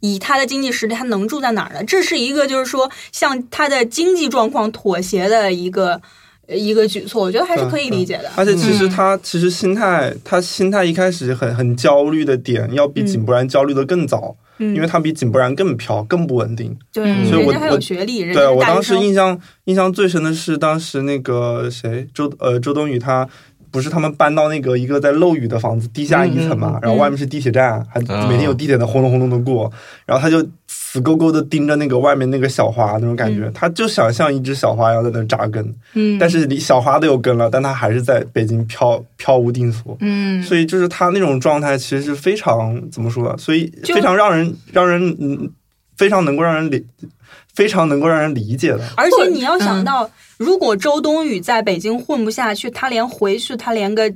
S4: 以他的经济实力，他能住在哪儿呢？这是一个就是说向他的经济状况妥协的一个呃一个举措，我觉得还是可以理解的。
S1: 而且其实他其实心态，他心态一开始很很焦虑的点，要比井柏然焦虑的更早，
S4: 嗯，
S1: 因为他比井柏然更飘，更不稳定。
S4: 对，
S6: 嗯
S1: 所以
S4: 人
S1: 我
S4: 家还有学历，人家
S1: 对
S4: 是
S1: 我
S4: 大
S1: 当
S4: 学
S1: 时
S4: 生。
S1: 印象印象最深的是当时那个谁周呃周冬雨她。不是他们搬到那个一个在漏雨的房子地下一层嘛，然后外面是地铁站，还每天有地铁的轰隆轰隆的过，然后他就死勾勾的盯着那个外面那个小花那种感觉，
S4: 嗯
S1: 他就想像一只小花一样在那扎根，
S5: 嗯，
S1: 但是离小花都有根了，但他还是在北京飘飘无定所，
S5: 嗯，
S1: 所以就是他那种状态其实是非常怎么说呢？所以非常让人让人嗯，非常能够让人理，非常能够让人理解的。
S4: 而
S5: 或
S4: 且
S5: 者
S4: 你要想
S5: 嗯
S4: 到，如果周冬雨在北京混不下去，她连回去，她连个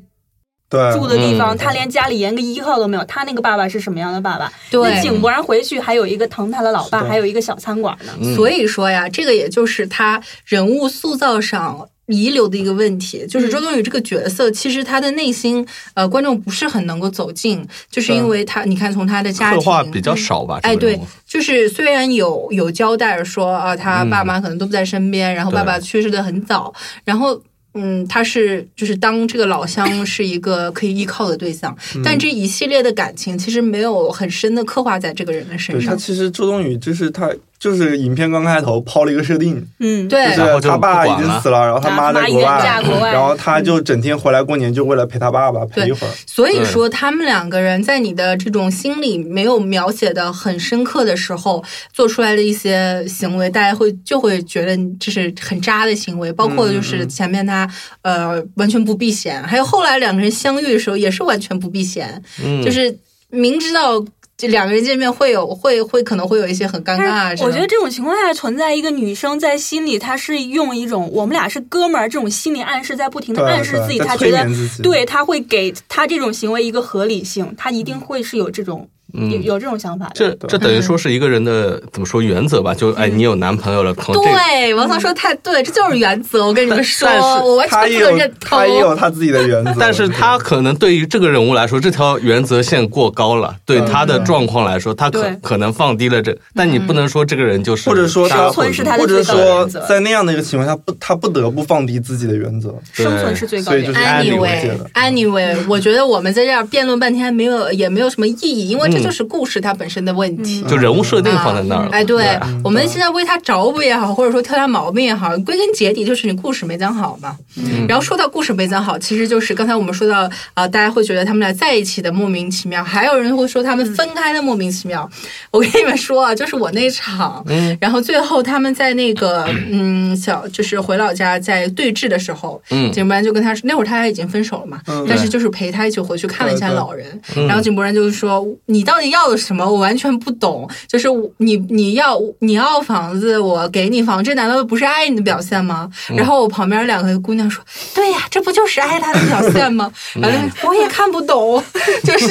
S1: 对，
S4: 住的地方，
S6: 嗯
S4: 她连家里连个依靠都没有。她那个爸爸是什么样的爸爸？那
S5: 对，
S4: 井柏然回去还有一个疼他的老爸，
S1: 是的嗯
S4: 还有一个小餐馆呢。
S6: 嗯
S5: 所以说呀，这个也就是他人物塑造上。遗留的一个问题就是周冬雨这个角色，其实她的内心，呃，观众不是很能够走进，就是因为她，你看从她的家
S6: 嗯刻画
S5: 庭
S6: 比较少吧？
S5: 哎，
S6: 这个
S5: 对
S6: 人物，
S5: 就是虽然有有交代说啊，他爸妈可能都不在身边，然后爸爸去世的很早，然后嗯，他是就是当这个老乡是一个可以依靠的对象，但这一系列的感情其实没有很深的刻画在这个人的身
S1: 对他
S5: 上。
S1: 其实周冬雨就是他就是影片刚开头抛了一个设定，
S4: 嗯，
S5: 对，
S1: 就
S6: 然后
S1: 是
S6: 就
S1: 他爸
S6: 不
S1: 已
S6: 管
S1: 经
S6: 了
S1: 死了，然后他
S4: 然后
S1: 妈
S4: 他
S1: 在
S4: 妈
S1: 国
S4: 远嫁国外
S1: 然后他就整天回来过年就为了陪他爸爸陪一会儿。
S5: 所以说，他们两个人在你的这种心里没有描写的很深刻的时候，做出来的一些行为，大家会就会觉得这是很渣的行为。包括
S6: 嗯
S5: 就是前面他、呃完全不避嫌，还有后来两个人相遇的时候也是完全不避嫌，
S6: 嗯
S5: 就是明知道这两个人见面会有会会可能会有一些很尴尬啊
S4: 但
S5: 之
S4: 是
S5: 类的。
S4: 我觉得这种情况下存在一个女生在心里，她是用一种我们俩是哥们儿这种心理暗示，在不停的
S1: 对
S4: 暗示
S1: 对
S4: 自己，
S1: 在
S4: 她
S1: 催
S4: 觉得
S1: 眠自己
S4: 对，她会给她这种行为一个合理性，她
S1: 嗯
S4: 一定会是有这种有有这种想法的。
S6: 这这等于说是一个人的怎么说原则吧？就哎，你有男朋友了，哦可能这个
S5: 嗯对，王桑说得太对，这就是原则。我跟你们说，
S6: 但是
S5: 我完全
S1: 他也
S5: 不能
S1: 有
S5: 认同。
S1: 他也有他自己的原则，
S6: 但是他可能对于这个人物来说，这条原则线过高了，对
S1: 嗯
S6: 他的状况来说，他可
S4: 对
S6: 可能放低了这，但你
S5: 嗯
S6: 不能说这个人就是
S1: 或者说
S6: 杀
S1: 他
S6: 或者
S4: 是他的
S1: 或者
S4: 最高
S1: 说
S4: 原则
S1: 在那样的一个情况下，不他不得不放低自己的原则。
S6: 对
S4: 生存是最高
S1: 所以
S4: 点
S1: 就。是安理为界的
S5: Anyway，Anyway，我觉得我们在这儿辩论半天没有也没有什么意义，因为这就是故事它本身的问题。
S6: 就人物设定放在那儿了。
S5: 嗯哎，对，我们现在为他找补也好，或者说挑他毛病也好，归根结底就是你故事没讲好嘛。
S6: 嗯
S5: 然后说到故事没讲好，其实就是刚才我们说到，呃，大家会觉得他们俩在一起的莫名其妙，还有人会说他们分开的莫名其妙。我跟你们说啊，就是我那场，
S6: 嗯
S5: 然后最后他们在那个嗯小就是回老家在对峙的时候，
S6: 嗯
S5: 井柏然就跟他说，那会儿他已经分手了嘛，
S1: 嗯
S5: 但是就是陪他一起回去看了一下
S1: 对对
S5: 老人，然后井柏然就是说，你到底要的什么？我完全不懂，就是我你你要你要房子，我给你房，这难道不是爱你的表现吗？然后我旁边两个姑娘说，对呀，这不就是爱他的表现吗？然后就我也看不懂， 就是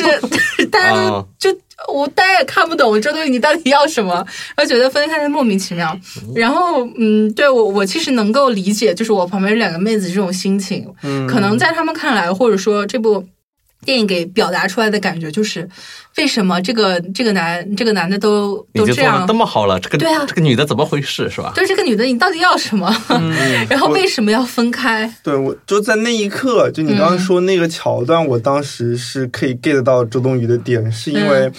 S5: 大家都
S6: 啊
S5: 就我大家也看不懂这东西你到底要什么，然后觉得分开的莫名其妙。然后嗯，对我我其实能够理解，就是我旁边两个妹子这种心情，
S6: 嗯
S5: 可
S1: 嗯
S5: 能在他们看来，或者说这部。电影给表达出来的感觉就是，为什么这个这个男这个男的都
S6: 你
S5: 都
S6: 就
S5: 这
S6: 做的
S5: 样
S6: 这，么好了，这个
S5: 对啊
S6: 这个女的怎么回事是吧？
S5: 对这个女的你到底要什么？
S1: 嗯
S5: 然后为什么要分开？
S1: 对我就在那一刻，就你刚刚说那个桥段，我当时是可以 get 到周冬雨的点，是因为。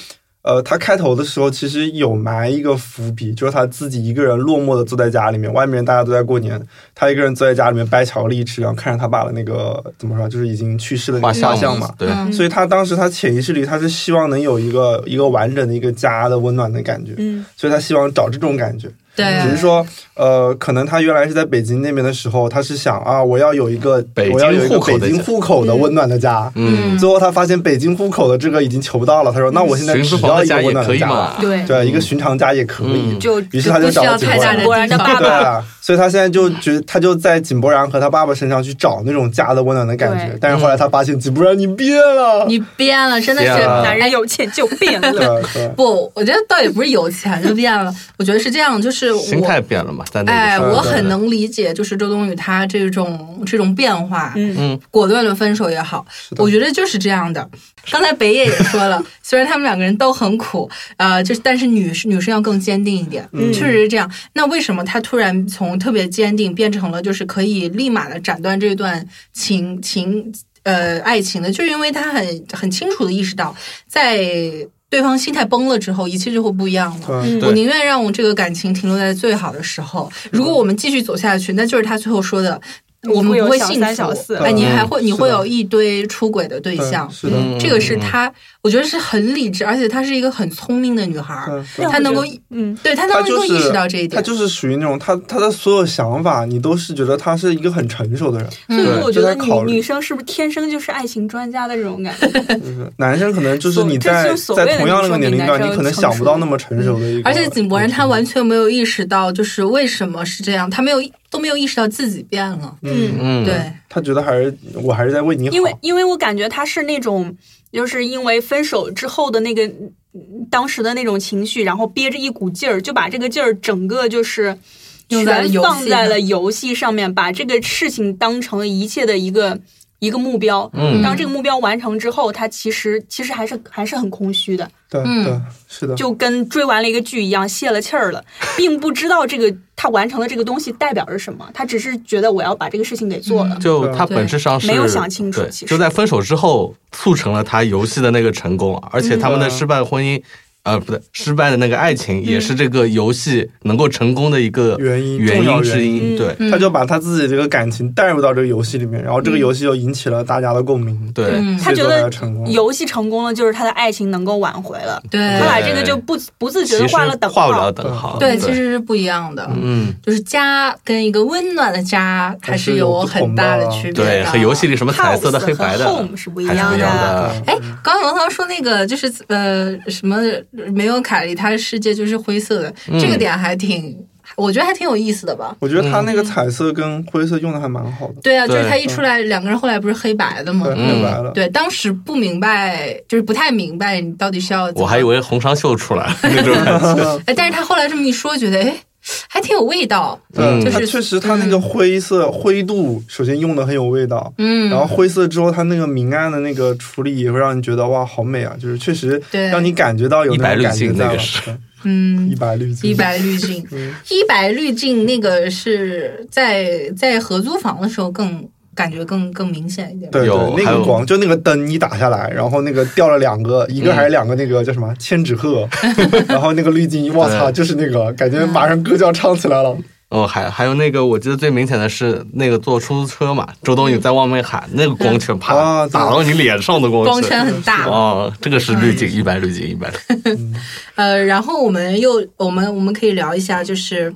S1: 呃，她开头的时候其实有埋一个伏笔，就是她自己一个人落寞的坐在家里面，外面大家都在过年，她一个人坐在家里面掰巧克力吃，然后看着她爸的那个怎么说，就是已经去世的那
S6: 画
S1: 个画像
S6: 像
S1: 嘛。
S6: 对，
S5: 嗯
S1: 所以她当时她潜意识里她是希望能有一个一个完整的一个家的温暖的感觉，
S4: 嗯，
S1: 所以她希望找这种感觉。
S5: 对，
S1: 只是说，呃，可能他原来是在北京那边的时候，他是想啊，我要有一个
S6: 北京
S1: 我要有一个
S6: 户口
S1: 北
S6: 的
S1: 京
S6: 家
S1: 户口的温暖的家。
S6: 嗯，
S1: 最后他发现北京户口的这个已经求不到了，他
S4: 嗯
S1: 说：“那我现在
S6: 寻
S1: 只
S6: 租房
S1: 要
S6: 的
S1: 一个
S6: 家
S1: 温
S6: 也
S1: 暖
S6: 可
S1: 的
S6: 以
S1: 家，
S6: 嘛，
S4: 对，
S1: 对，一个寻常家也可以。
S6: 嗯
S4: 就
S1: 于是他就
S5: 不需
S1: 找
S5: 要
S1: 了井
S5: 太
S1: 柏
S5: 大
S1: 然
S5: 的，
S4: 果然
S5: 地
S4: 的
S5: 方
S4: 爸
S1: 对
S4: 爸
S1: 啊，所以他现在就觉得，他就在井柏然和他爸爸身上去找那种家的温暖的感觉
S4: 对。嗯
S1: 但是后来他发现，井柏然你变了，
S5: 你变了，真的是
S6: 变了
S4: 男人有钱就变
S1: 呃对啊
S4: 了。
S1: 对，
S5: 不，我觉得倒也不是有钱就变了，我觉得是这样，就是
S6: 心
S5: 我
S6: 态变了嘛，在那个
S5: 哎，
S6: 时候
S5: 我
S1: 对
S5: 很能理解，就是周冬雨她这种这种变化，
S4: 嗯
S6: 嗯，
S5: 果断的分手也好，
S1: 的
S5: 我觉得就是这样的。刚才北野也说了， 虽然他们两个人都很苦，呃，就是但是女女生要更坚定一点，
S1: 嗯
S5: 确实是这样。那为什么她突然从特别坚定变成了就是可以立马的斩断这段情情呃爱情呢？就是因为她很很清楚的意识到，在对方心态崩了之后，一切就会不一样了。
S1: 对
S6: 对
S5: 我宁愿让我这个感情停留在最好的时候。如果我们继续走下去，那就是他最后说的，
S4: 会
S5: 我们不
S4: 有
S5: 会
S4: 小
S5: 幸
S4: 三小
S5: 福
S4: 四。
S5: 哎，你还会
S1: 嗯
S5: 你会
S1: 是的
S5: 有一堆出轨的对象，
S1: 是的，
S6: 嗯
S5: 这个是她，我觉得是很理智，而且她是一个很聪明的女孩儿，
S1: 对对
S4: 让
S5: 她能够
S4: 我觉嗯，
S5: 对她
S1: 他
S5: 能
S1: 就
S5: 够
S1: 是
S5: 意识到这一
S1: 嗯
S5: 点
S1: 他。就是属于那种他他的所有想法，你都是觉得他是一个很成熟的人，
S4: 所以
S5: 嗯
S4: 说我觉得
S1: 就在考虑
S4: 女女生是不是天生就是爱情专家的这种感觉？
S1: 就是男生可能就是
S4: 所
S1: 你
S4: 这
S1: 在
S4: 就所
S1: 在
S4: 谓的
S1: 同样那个
S4: 你说
S1: 年
S4: 比
S1: 龄
S4: 男
S1: 段，你
S4: 生
S1: 可能
S4: 成
S1: 想不
S4: 熟嗯
S1: 到那么成熟的一个。嗯
S5: 而且井柏然他完全没有意识到，就是为什么是这样，他没有都没有意识到自己变了。
S1: 嗯，
S6: 嗯，
S5: 对，
S1: 他觉得还是我还是在为你好，
S4: 因为因为我感觉他是那种，就是因为分手之后的那个嗯当时的那种情绪，然后憋着一股劲儿，就把这个劲儿整个就是
S5: 用在了
S4: 全
S5: 游戏
S4: 放在了游戏上面，把这个事情当成了一切的一个一个目标。
S6: 嗯
S4: 当这个目标完成之后，他其实其实还是还是很空虚的，
S1: 对
S5: 嗯
S1: 对是的，
S4: 就跟追完了一个剧一样，泄了气儿了，并不知道这个他完成了这个东西代表着什么，他只是觉得我要把这个事情给做
S1: 啊嗯
S4: 了。
S6: 就他
S5: 对
S6: 本质上是
S4: 没有想清楚
S6: 对
S4: 其实
S6: 就在分手之后促成了他游戏的那个成功，而
S1: 嗯
S6: 且他们
S1: 啊
S6: 的失败婚姻，呃，不对，失败的那个爱情也是这个游戏能够成功的一个
S1: 嗯原因
S6: 原
S1: 重要
S6: 因
S1: 原
S6: 之
S1: 因
S6: 一，对
S5: 嗯
S1: 他就把他自己这个感情带入到这个游戏里面，然后这个游戏就引起了大家的共鸣，
S6: 对，
S1: 所以
S4: 嗯
S5: 嗯
S4: 他觉
S1: 说
S4: 得
S1: 才成功。
S4: 游戏成功了，就是他的爱情能够挽回了。
S5: 对
S4: 他把这个就不不自觉
S6: 其
S4: 的
S6: 实
S4: 画了等号。
S6: 画不了等
S1: 嗯
S6: 号，
S5: 对，其实是不一样的。
S6: 嗯，
S5: 就是家跟一个温暖的家还是有很大的区别的。
S6: 对，和游戏里什么
S4: House
S6: 彩色的、黑白的
S4: 和 home 是不一
S6: 还是不
S4: 样
S6: 一样的，
S5: 哎，刚刚龙涛说那个就是呃什么没有凯莉，她的世界就是灰色的，
S6: 嗯
S5: 这个点还挺，我觉得还挺有意思的吧。
S1: 我觉得他那个彩色跟灰色用的还蛮好的，
S5: 对啊，就是
S6: 对
S5: 他一出来，两个人后来不是黑白的吗
S1: 对，？
S6: 嗯
S1: 黑白了。
S5: 对，当时不明白，就是不太明白你到底是要怎么。
S6: 我还以为红裳秀出来了那种感觉，
S5: 哎，但是他后来这么一说，觉得哎，还挺有味道。
S1: 嗯，
S6: 就是
S1: 它确实，它那个灰色灰度，首先用的很有味道，
S5: 嗯，
S1: 然后灰色之后，它那个明暗的那个处理也会让你觉得哇，好美啊！就是确实
S5: 对
S1: 让你感觉到有那种感觉
S6: 一白滤镜
S1: 在
S6: 那
S1: 了
S6: 个是，
S1: 对一
S5: 嗯，
S1: 白滤镜，
S5: 一白滤镜，
S1: 嗯，
S5: 一白滤镜那个是在在合租房的时候更感觉更更明显一点。
S1: 对
S6: 有
S1: 对，那
S6: 还
S1: 个
S6: 有
S1: 光就那个灯一打下来，然后那个掉了两个，一个还是两个那个叫什么千纸 鹤，然后那个滤镜，我操，
S6: 对
S1: 就是那个感觉马上歌就要唱起来了，
S6: 哦，还还有那个，我记得最明显的是那个坐出租车嘛，周
S4: 嗯
S6: 冬雨在外面喊，那个光圈啪、
S1: 啊对
S6: 打到你脸上的光
S5: 光圈很大
S6: 哦，这个是滤镜，一般滤镜，一般。
S5: 呃，然后我们又我们我们可以聊一下，就是，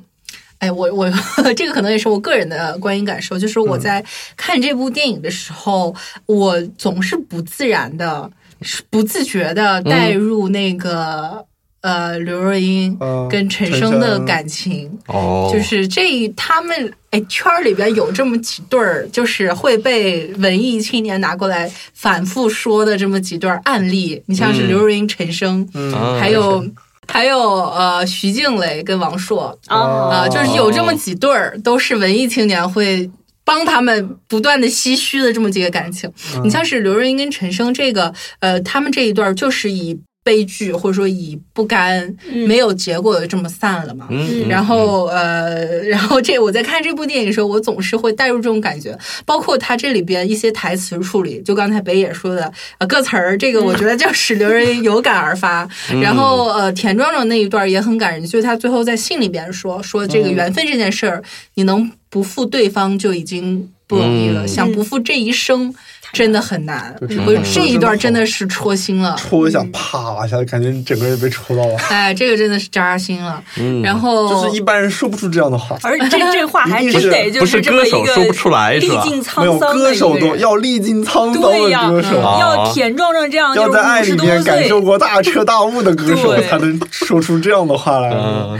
S5: 哎，我我 这个可能也是我个人的观影感受，就是我在看这部电影的时候，我总是不自然的、是不自觉的带入那个、呃刘若英
S1: 嗯
S5: 跟陈
S1: 陈
S5: 升的
S1: 升
S5: 感情。
S6: 哦，
S5: 就是这他们哎圈儿里边有这么几对儿，就是会被文艺青年拿过来反复说的这么几对儿案例。你像是
S6: 嗯
S5: 刘若英、陈升，
S1: 嗯
S6: 啊
S5: 还有还有呃徐静蕾跟王朔
S4: 啊。
S1: 哦
S6: 哦
S5: 啊、就是有这么几对儿都是文艺青年会。帮他们不断的唏嘘的这么几个感情，
S6: 嗯
S5: 你像是刘若英跟陈升这个，呃，他们这一段儿就是以悲剧或者说以不甘、没有结果的这么散了嘛。
S6: 嗯，
S5: 然后呃，然后这我在看这部电影的时候，我总是会带入这种感觉，包括它这里边一些台词处理，就刚才北野说的，呃，歌词儿这个，我觉得就是刘若英有感而发。 然后呃，田壮壮那一段也很感人，就是他最后在信里边说，说这个缘分这件事儿，你能不负对方就已经。不容易了，
S6: 嗯
S5: 想不负这一生真的很难。
S1: 对
S5: 我这一段真的是戳心 了，
S1: 戳一下，啪一下，感觉你整个人被戳到了。
S5: 哎，这个真的是扎心了。
S6: 嗯
S5: 然后
S1: 就是一般人说不出这样的话，
S4: 而这这话还
S1: 一定
S4: 真
S1: 是
S4: 得就
S6: 不是
S4: 这么
S6: 歌
S4: 一
S6: 手
S4: 个
S6: 说不出来是
S4: 历
S6: 吧
S4: 尽
S1: 没
S4: 沧
S1: 有
S4: 桑的
S1: 歌
S4: 一个
S1: 手都
S4: 人。
S1: 要历经沧桑
S4: 对呀
S1: 的歌手，啊
S6: 嗯
S4: 要田壮壮这样就
S1: 要
S4: 是
S1: 在爱
S4: 五
S1: 里
S4: 十多
S1: 面感
S4: 岁，
S1: 受过大彻大悟的歌手，
S4: 对
S1: 才能说出这样的话来。
S6: 嗯，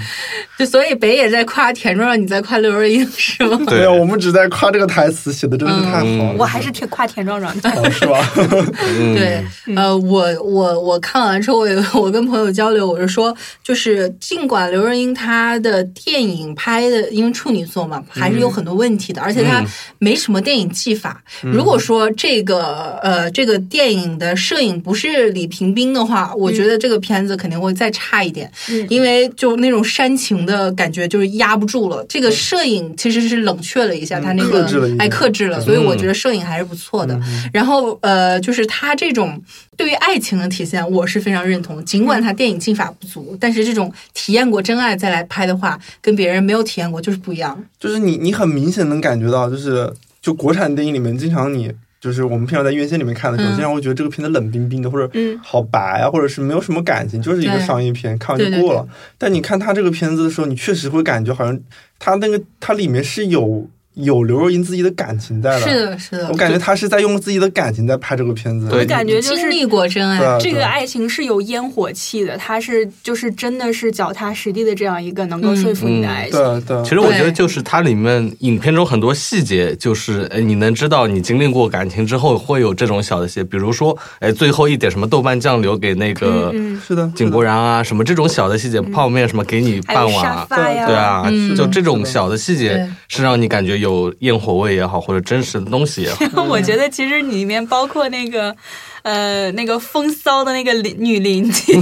S5: 就所以北野在夸田壮壮，你在夸刘若英是吗？
S1: 没有，我
S6: 对，
S1: 们只在夸这个台词写的真的是太好
S6: 嗯
S1: 了，
S4: 我还是挺夸田壮壮的。
S1: 哦是吧？嗯
S5: 对，
S6: 嗯
S5: 呃，我我我看完之后，我有 我跟朋友交流，我是说，就是尽管刘若英她的电影拍的，因为处女座嘛，还
S1: 嗯
S5: 是有很多问题的，而且她没什么电影技法。如果说这个呃这个电影的摄影不是李平冰的话，我觉得这个片子肯定会再差一点，
S4: 嗯
S5: 因为就那种煽情的感觉就是压不住了。这个摄影其实是冷却了一下，他那
S1: 嗯克
S5: 个
S1: 制了一嗯点
S5: 哎克制了，所以我觉得摄影还是不错的。然后呃，就是他这种对于爱情的体现，我是非常认同。尽管他电影技法不足，但是这种体验过真爱再来拍的话，跟别人没有体验过就是不一样。
S1: 就是你，你很明显能感觉到，就是就国产电影里面，经常你就是我们平常在院线里面看的时候，
S5: 嗯
S1: 经常会觉得这个片子冷冰冰的，或者
S4: 嗯
S1: 好白啊，或者是没有什么感情，就是一个
S5: 对
S1: 商业片，看完就
S5: 对对
S1: 过了。但你看他这个片子的时候，你确实会感觉好像他那个他里面是有有刘若英自己的感情在
S5: 是的，是的
S1: 我，感觉他是在用自己的感情在拍这个片子。
S6: 对
S4: 我感觉就
S5: 经
S4: 是
S5: 历过真
S1: 对
S5: 爱，
S1: 啊
S4: 这
S1: 对
S4: 个爱情是有烟火气的，它是就是真的是脚踏实地的这样一个能够说服你的爱情。
S1: 嗯对对，
S6: 其实我觉得
S5: 对
S6: 就是它里面影片中很多细节，就是哎，你能知道你经历过感情之后会有这种小的些，比如说哎，最后一点什么豆瓣酱留给那个
S4: 嗯，
S1: 是的，
S6: 井柏然啊，什么这种小的细节，泡面啊什么给你
S4: 还有
S6: 半碗
S4: 沙
S6: 啊，
S4: 发呀，
S6: 对啊，
S5: 嗯
S6: 就这种小的细节
S5: 对
S6: 是让你感觉有烟火味也好，或者真实的东西 也好。
S1: 嗯
S4: 我觉得其实里面包括那个，呃，那个风骚的那个邻女邻居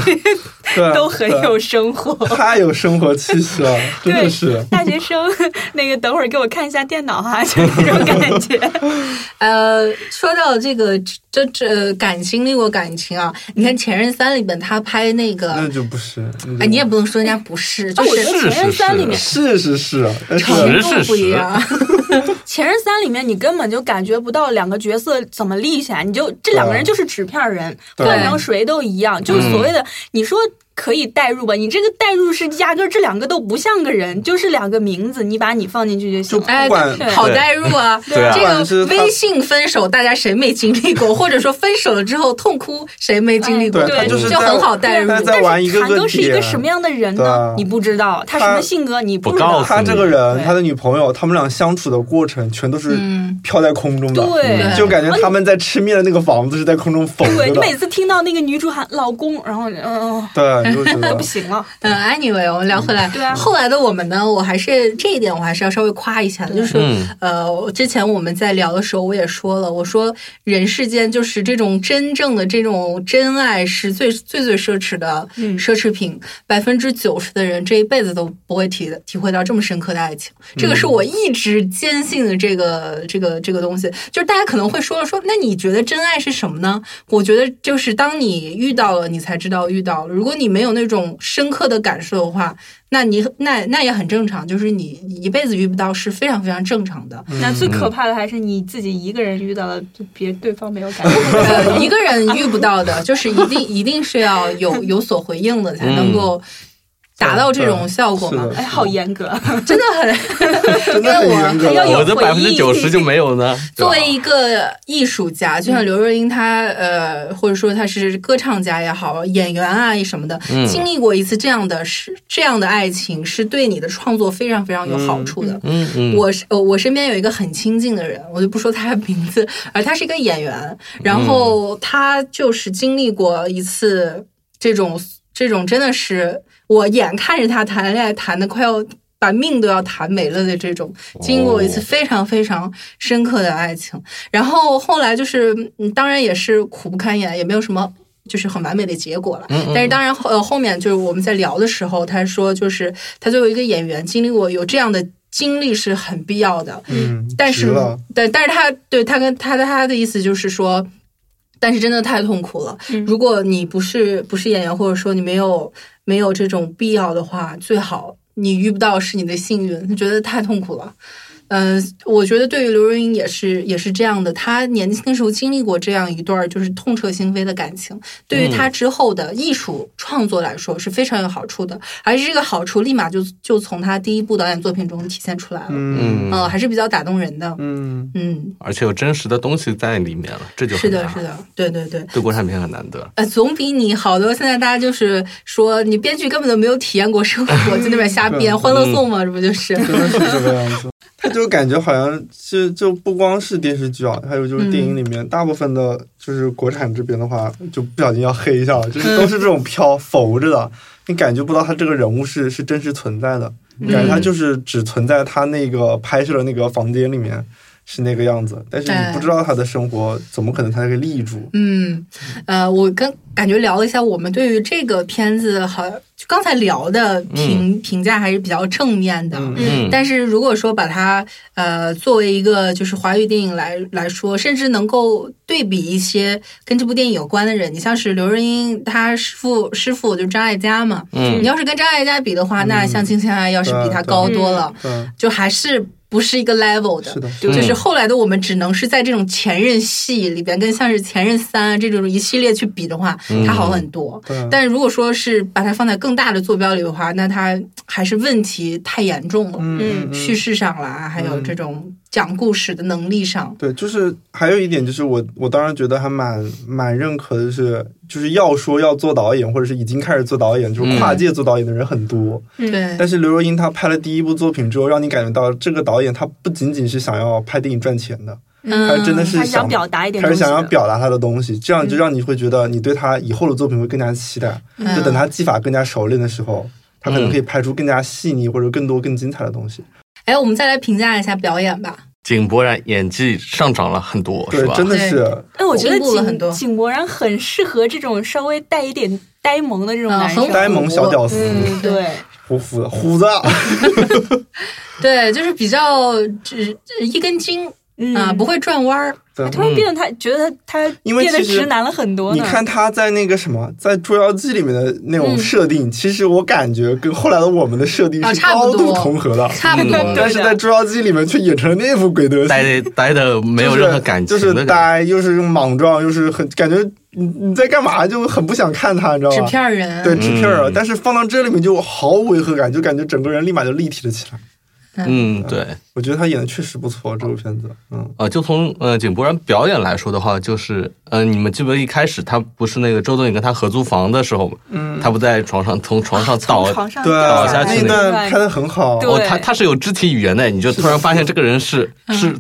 S1: 对
S4: 都很有生活。
S1: 对太有生活气息 了，真的
S4: 对
S1: 是。
S4: 大学生， 那个等会儿给我看一下电脑哈，就那种感 觉。
S5: 呃，说到这个，这这感经历过感情啊，你看《前任三》里边他拍那
S1: 那
S5: 个，
S1: 就不是，那就
S5: 哎，你也不能说人家不是，就
S4: 哦我觉
S5: 是
S6: 是
S4: 得《前
S6: 是
S4: 任三》里 面，
S1: 是
S6: 是，
S1: 是是，但啊是
S6: 是
S5: 程度不一样。
S4: 《前任三》里面你根本就感觉不到两个角色怎么立起来，你就这两个人就是纸片人，
S1: 对嗯
S4: 换成谁都一样，就是所谓的你说。可以代入吧，你这个代入是压根儿这两个都不像个人，就是两个名字，你把你放进去就行
S1: 嗯就
S4: 了。
S5: 哎
S1: 不管
S4: 对
S5: 好代入 啊！
S6: 对啊
S5: 这
S1: 不管是
S5: 个
S1: 他
S5: 微信分手，大家谁没经历 过？或者说分手了之后痛哭，谁没经历过？
S1: 哎对
S4: 对
S1: 他就是
S5: 就
S1: 在
S5: 很好代入
S1: 他在
S4: 但
S1: 玩一
S4: 是
S1: 个
S4: 谭
S1: 个
S4: 哥是一个
S1: 点
S4: 什么样的人
S1: 对啊
S4: 呢？你不知道他什
S1: 他
S4: 么性格，你不知
S6: 不告
S4: 道
S6: 诉。
S1: 他这个人，
S4: 对
S1: 他的女朋友，他们俩相处的过程，全都是
S5: 嗯
S1: 飘在空中的，嗯
S4: 对嗯
S1: 就感觉他们在吃面的那个房子是在空中浮
S4: 对
S1: 着
S4: 你
S1: 的，
S4: 每次听到那个女主喊老公，然后嗯、嗯
S1: 对，你就觉
S4: 嗯
S1: 得
S4: 不行了，
S5: 嗯，anyway，我们聊回来。
S4: 对啊
S5: 后来的我们呢，我还是这一点，我还是要稍微夸一下的，就是、
S6: 嗯
S5: 呃，我之前我们在聊的时候，我也说了，我说人世间就是这种真正的这种真爱是最最最奢侈的
S4: 嗯
S5: 奢侈品，百分之九十的人这一辈子都不会体体会到这么深刻的爱情。这个是我一直坚信的这个这个这个东西。就是大家可能会说了说，那你觉得真爱是什么呢？我觉得就是当你遇到了，你才知道遇到了。如果你没有那种深刻的感受的话，那你那那也很正常，就是你你一辈子遇不到是非常非常正常 的。
S1: 嗯
S4: 那最可怕的还是你自己一个人遇到了，就别对方没有感觉。
S5: 呃，一个人遇不到的，就是一定一定是要有有所回应的，才能够
S6: 嗯
S5: 达到这种效果嘛
S1: 是。
S4: 哎，好严格，
S5: 真的很，
S1: 真的很严格
S4: 因为要有
S6: 我的百
S4: 回
S6: 分之
S4: 忆
S6: 九十就没有呢。对
S5: 作
S6: 吧
S5: 为一个艺术家，就像刘若英她，呃，或者说她是歌唱家也好，演员啊什么的，
S6: 嗯
S5: 经历过一次这样的是这样的爱情，是对你的创作非常非常有好处的。
S6: 嗯嗯，
S5: 我是呃，我身边有一个很亲近的人，我就不说他的名字，而他是一个演员，然后他就是经历过一次这种这种真的是我眼看着他谈恋爱谈的快要把命都要谈没了的这种，经过一次非常非常深刻的爱情，然后后来就是嗯，当然也是苦不堪言，也没有什么。就是很完美的结果了，但是当然，呃，后面就是我们在聊的时候，他说，就是他作为一个演员，经历过有这样的经历是很必要的，
S1: 嗯，
S5: 但
S1: 值
S5: 是
S1: 了，
S5: 但但是他对他跟他的他的意思就是说，但是真的太痛苦了。
S4: 嗯
S5: 如果你不是不是演员，或者说你没有没有这种必要的话，最好你遇不到是你的幸运。他觉得太痛苦了。嗯、我觉得对于刘若英也是也是这样的，她年轻的时候经历过这样一段就是痛彻心扉的感情，对于
S1: 嗯
S5: 她之后的艺术创作来说是非常有好处的，而这个好处立马就就从她第一部导演作品中体现出来了，嗯、
S1: 嗯
S5: 还是比较打动人的，
S1: 嗯，
S5: 嗯，
S6: 而且有真实的东西在里面了，这就很
S5: 是的，
S6: 难
S5: 是，的，对对对，
S6: 对国产片很难得。
S5: 呃，总比你好多现在大家就是说你编剧根本都没有体验过生活，就那边瞎编《欢乐颂》嘛，这不就是？
S1: 真的是这个样子。 他就感觉好像是就不光是电视剧啊，还有就是电
S5: 嗯
S1: 影里面大部分的，就是国产这边的话，就不小心要黑一下了，就是都是这种
S5: 嗯
S1: 飘浮着的，你感觉不到他这个人物是是真实存在的，
S5: 嗯
S1: 感觉他就是只存在他那个拍摄的那个房间里面是那个样子，但是你不知道他的生活怎么可能他可以立住，
S5: 嗯，呃，我跟感觉聊了一下，我们对于这个片子好，就刚才聊的评、评价还是比较正面的。
S1: 嗯
S6: 嗯，
S5: 但是如果说把它呃作为一个就是华语电影来来说，甚至能够对比一些跟这部电影有关的人，你像是刘若英，她师傅师傅就张艾嘉嘛，
S6: 嗯
S5: 你要是跟张艾嘉比的话，那像金星爱要是比她
S1: 对
S5: 高多了，
S1: 对，
S5: 就还是不是一个 level 的。
S1: 是的，
S6: 嗯
S5: 就是后来的我们只能是在这种前任戏里边，跟像是前任三啊这种一系列去比的话，
S6: 嗯
S5: 它好很多。
S1: 对
S5: 但如果说是把它放在更大的坐标里的话，那它还是问题太严重了，
S1: 嗯，嗯
S5: 叙事上啦，还有这种讲故事的能力上，
S1: 对，就是还有一点就是我我当然觉得还蛮蛮认可的是，就是要说要做导演，或者是已经开始做导演，
S6: 嗯
S1: 就是跨界做导演的人很多。
S5: 对
S1: 但是刘若英她拍了第一部作品之后，让你感觉到这个导演他不仅仅是想要拍电影赚钱的，
S5: 嗯
S1: 他真的是
S4: 他想表达一点
S1: 他是
S4: 东西的，嗯
S1: 想要表达他的东西，这样就让你会觉得你对他以后的作品会更加期待。
S5: 嗯
S1: 就等他技法更加熟练的时候，他
S6: 嗯
S1: 可能可以拍出更加细腻或者更多更精彩的东西。
S5: 哎，我们再来评价一下表演吧。
S6: 井柏然演技上涨了很多，
S1: 对
S6: 哦是，吧？
S1: 真的是
S4: 哎，我觉得
S5: 进步了很多
S4: 井井柏然很适合这的稍微带一点呆萌的这种
S5: 嗯
S4: 男
S5: 很
S4: 生。
S1: 呆萌小屌丝，
S4: 嗯，对，
S1: 虎虎的虎子。
S5: 对，就是比较只一根筋
S4: 嗯
S5: 啊、不会转弯儿。
S1: 对
S4: 突然变得他觉得他他
S1: 因为
S4: 变得
S1: 其实
S4: 直男了很多
S1: 你
S4: 呢。
S1: 看他在那个什么，在《捉妖记》里面的那种设定，其实我感觉跟后来的我们的设定
S5: 嗯啊
S1: 是
S5: 差不
S1: 高
S5: 多
S1: 度重合的，
S5: 差不多
S6: 嗯
S1: 但是在《捉妖记》里面却演成了那副鬼德行，
S6: 呆呆的没有任何感情
S1: 就是就
S6: 的
S1: 是
S6: 感
S1: 呆，又是莽撞，又是很感觉你你在干嘛，就很不想看他，你知道
S5: 纸
S1: 吗？
S5: 片儿人，
S1: 对纸片儿啊，
S6: 嗯
S1: 但是放到这里面就毫无违和感，就感觉整个人立马就立体了起来。
S6: 觉，嗯，对。
S1: 我觉得他演的确实不错，这部片子，嗯，
S6: 呃，就从呃井柏然表演来说的话，就是呃，你们记不记得一开始他不是那个周冬雨跟他合租房的时候，嗯，他不在床上从床上倒，
S4: 从床上
S1: 对，
S4: 掉
S6: 下
S1: 那
S6: 去
S1: 一
S6: 那
S1: 段拍的很好，
S4: 对
S6: 哦，他他是有肢体语言的，你就突然发现这个人是是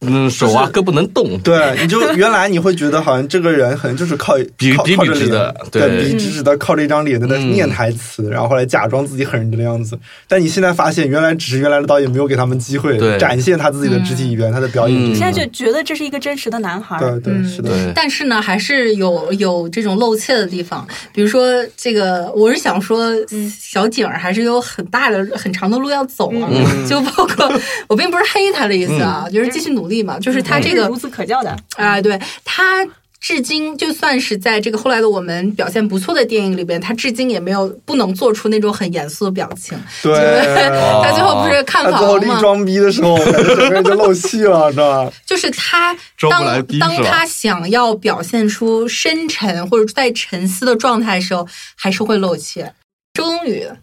S6: 嗯手啊胳膊能动，
S1: 对，你就原来你会觉得好像这个人可能就是靠
S6: 比
S1: 靠
S6: 比
S1: 靠
S6: 比
S1: 着
S6: 直
S1: 脸
S6: 的对
S1: 对，笔直直的靠着一张脸在那
S6: 嗯
S1: 念台词，然后后来假装自己很认真的样子。但你现在发现，原来只是原来的导演没有给他们机会
S6: 对
S1: 展现他自己的肢体语言，他的表演
S6: 嗯
S1: 这
S4: 现在
S1: 些。
S4: 就觉得这是一个真实的男孩儿。
S1: 对
S5: 嗯
S1: 对是的，
S6: 对，
S5: 但是呢，还是有有这种露怯的地方，比如说这个，我是想说，小景儿还是有很大的、很长的路要走啊。
S1: 嗯
S5: 就 包括我并不是黑他的意思啊，就是继续努力嘛。就是他这个
S4: 是孺子嗯可教的，
S5: 啊、对他至今就算是在这个后来的我们表现不错的电影里边，他至今也没有不能做出那种很严肃的表情。
S1: 对。
S6: 哦
S5: 他最后不是
S1: 他
S5: 看
S1: 最
S5: 房
S6: 啊
S1: 后
S5: 了
S1: 立
S5: 吗？
S1: 装逼的时候，我感觉整个人就漏气了，知道吧？
S5: 就是他
S6: 周不来
S5: 当
S6: 逼
S5: 当
S6: 是吧
S5: 他想要表现出深沉或者在沉思的状态的时候，还是会露怯。周冬雨，嗯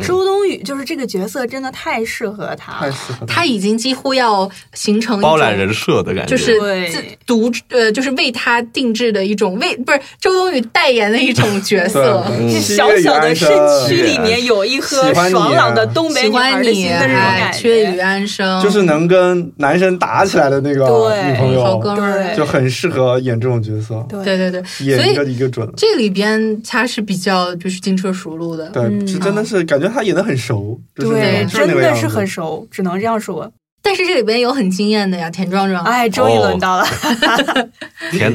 S4: 周冬雨就是这个角色真的太适合他
S1: 太，适合
S5: 她已经几乎要形成一种
S6: 包揽人设的感觉，
S5: 就是
S4: 对
S5: 自独呃，就是为她定制的一种为不是周冬雨代言的一种角色。
S1: 对
S4: 就
S1: 嗯
S4: 小小的身躯
S5: 嗯
S4: 里面有一颗
S1: 喜欢你啊
S4: 爽朗的东北
S5: 喜
S4: 女孩
S5: 欢
S4: 的心
S5: 你，
S4: 的那种
S5: 哎
S4: 感，
S5: 缺雨
S4: 觉。
S5: 安生，
S1: 就是能跟男神打起来的那个
S4: 对
S1: 女朋
S5: 好哥
S1: 友，
S5: 们儿。
S4: 对
S1: 就很适合演这种角色，
S5: 对对对，所
S1: 演一
S5: 以
S1: 个一个准。
S5: 这里边她是比较就是轻车熟路的。
S1: 对，
S4: 嗯
S1: 是真的是感觉他演的很熟，就是那
S4: 对，
S1: 种就是
S4: 真
S1: 那个
S4: 的
S1: 样
S4: 是
S1: 子。
S4: 很熟，只能这样说。
S5: 但是这里边有很惊艳的呀，田壮壮，
S4: 哎，终于
S1: 哦
S4: 轮到了，
S6: 田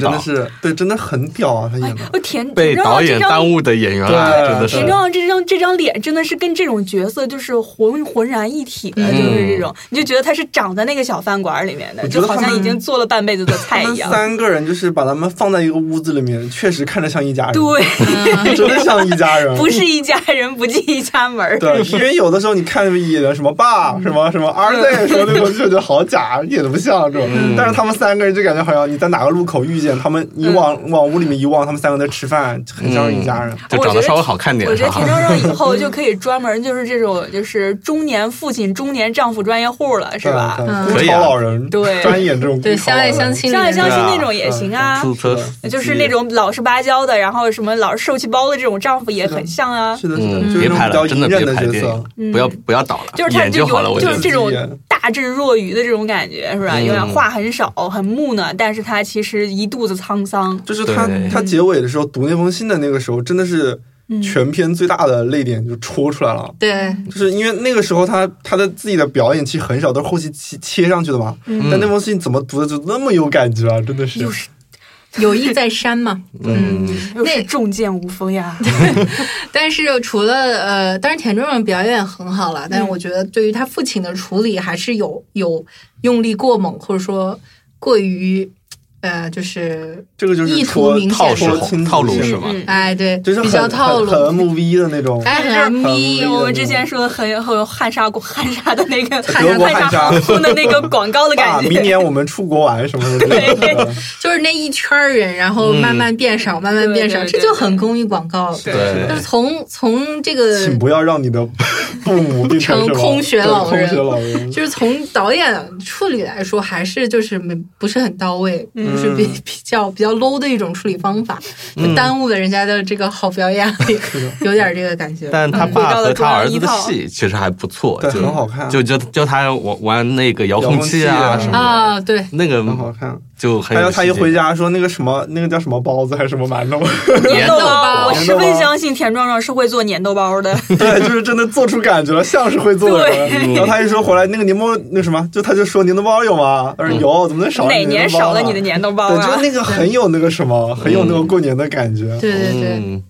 S1: 真
S6: 导
S1: 的是对，真的很屌啊，他演的。
S4: 我哦田
S6: 被
S4: 让
S6: 导
S4: 我这
S6: 演
S4: 张
S6: 耽误的演员啊，
S1: 对
S6: 真的
S4: 田
S6: 是
S4: 壮壮这张这张脸真的是跟这种角色就是浑浑然一体的，
S5: 嗯
S4: 就是这种，你就觉得他是长在那个小饭馆里面的，
S1: 我觉
S4: 就
S1: 得
S4: 好
S1: 他
S4: 像
S1: 们
S4: 已经做了半辈子的
S1: 他
S4: 菜
S1: 们
S4: 一样。
S1: 三个人就是把他们放在一个屋子里面，确实看着像一家人，
S4: 对，
S1: 真的像一家人。
S4: 不是一家人不进一家门儿。
S1: 对，因为有的时候你看演的什么爸、什么什么儿子、什么那候就觉得好假，一点都不像这种。
S6: 嗯
S1: 但是他们三个人就感觉好像你在哪个路口遇见他们，你
S4: 嗯
S1: 往、往屋里面一望，他们三个在吃饭，很像是一家人。
S6: 就
S4: 我
S6: 长
S4: 觉
S6: 得
S4: 得
S6: 稍微好看点
S4: 我觉得
S6: 哈
S4: 田正正以后就可以专门就是这种就是中年父亲、中年丈夫专业户了，是
S1: 对
S4: 吧？嗯
S1: 对
S6: 可
S1: 孤
S6: 以
S1: 潮
S6: 啊
S1: 老人，
S4: 对
S1: 专演这种
S5: 对
S1: 孤潮
S5: 相
S1: 老
S5: 爱
S1: 人
S5: 相亲里
S4: 相
S5: 面
S4: 爱
S5: 的，
S4: 相亲
S6: 对啊
S4: 那种也行啊，
S6: 出租车司机
S4: 就是那种老实巴交的，然后什么老是受气包的这种丈夫也很像啊。
S1: 是的，是的，
S6: 嗯，
S1: 就是
S6: 别
S1: 那
S6: 拍
S1: 种
S6: 了，
S1: 比较
S6: 真
S1: 隐忍
S6: 的别
S1: 的
S6: 拍
S1: 角
S6: 电
S1: 色。
S6: 影，不要不要倒了，
S4: 就是他
S6: 演
S4: 这
S6: 就好了，
S4: 有
S6: 我觉
S4: 就
S6: 得
S4: 是这种大智若愚的这种感觉，是吧？
S6: 嗯
S4: 有点话很少，很木讷，但是他其实一肚子沧桑。
S1: 就是他
S6: 对
S1: 他结尾的时候读那封信的那个时候，真的是
S5: 嗯
S1: 全片最大的泪点就戳出来了。
S5: 对，
S1: 就是因为那个时候他他的自己的表演其实很少，都是后期切切上去的嘛。
S5: 嗯
S1: 但那封信怎么读的就那么有感觉啊？真的是
S4: 又是
S5: 有意在 山嘛。
S6: 嗯，
S4: 又是
S5: 那
S4: 重剑无锋呀，
S5: 但是除了呃，当然田中正表演很好了，但
S4: 嗯
S5: 是我觉得对于他父亲的处理还是有有用力过猛，或者说过于呃，就是
S1: 这个就是
S5: 意
S1: 戳
S5: 图明显
S6: 套是
S1: 戳
S6: 好
S1: 清楚
S6: 套路
S1: 线
S6: 是吗？
S4: 嗯
S5: 哎对，
S1: 就是
S5: 比较
S1: 很
S5: 套
S1: 很
S5: 路
S1: 很，MV 的那种。
S5: 哎很 M
S1: 很
S5: V
S1: 嗯
S4: 我们之前说很很有汉莎国汉莎的那个
S1: 汉莎
S4: 汉莎航空的那个广告的
S1: 爸，
S4: 感
S1: 啊明
S4: 觉。
S1: 年我们出国玩什么什么的。对
S5: 就是那一圈儿人，然后慢慢变少，慢慢变少，
S4: 对对
S5: 这
S4: 对
S5: 就很公益广告。
S4: 对
S5: 就是
S6: 对，
S5: 从从这个
S1: 请不要让你的父母变成
S5: 成
S1: 什么
S5: 空穴
S1: 对
S5: 老
S1: 空
S5: 人
S1: 穴老人。
S5: 就是从导演处理来说，还是就是没不是很到位，就是比比较比较 low 的一种处理方法，就耽误了人家的这个好表演，有点这个感觉。
S6: 但他
S4: 回
S6: 爸
S4: 到了
S6: 和
S4: 中
S6: 他
S4: 央
S6: 儿
S4: 一
S6: 子的
S4: 套
S6: 戏其实还不错，
S1: 对
S6: 就
S1: 很好看
S6: 就就教他玩玩那个遥
S1: 遥控
S6: 控器啊
S1: 器啊
S6: 什么的，
S5: 啊，对，
S6: 那个
S1: 很好看，
S6: 就很
S1: 还
S6: 有
S1: 有他一
S6: 戏剧
S1: 回家说那个什么，那个叫什么包子还是什么馒头，
S4: 粘豆包，我
S1: 粘
S4: 十
S1: 豆包
S4: 分相信田壮壮是会做粘豆包的。
S1: 对，就是真的做出感觉了，像是会做的人。
S6: 对
S1: 然后他一说回来，那个柠檬那什么，就他就说柠檬包有吗？他说有，怎么能少
S4: 哪年少了你的
S1: 年
S4: 粘豆
S1: 包
S4: 包
S1: 啊？对，
S4: 啊
S1: 就是？那个很有那个什么，很有那个过年的感觉。
S5: 对对对，
S6: 嗯，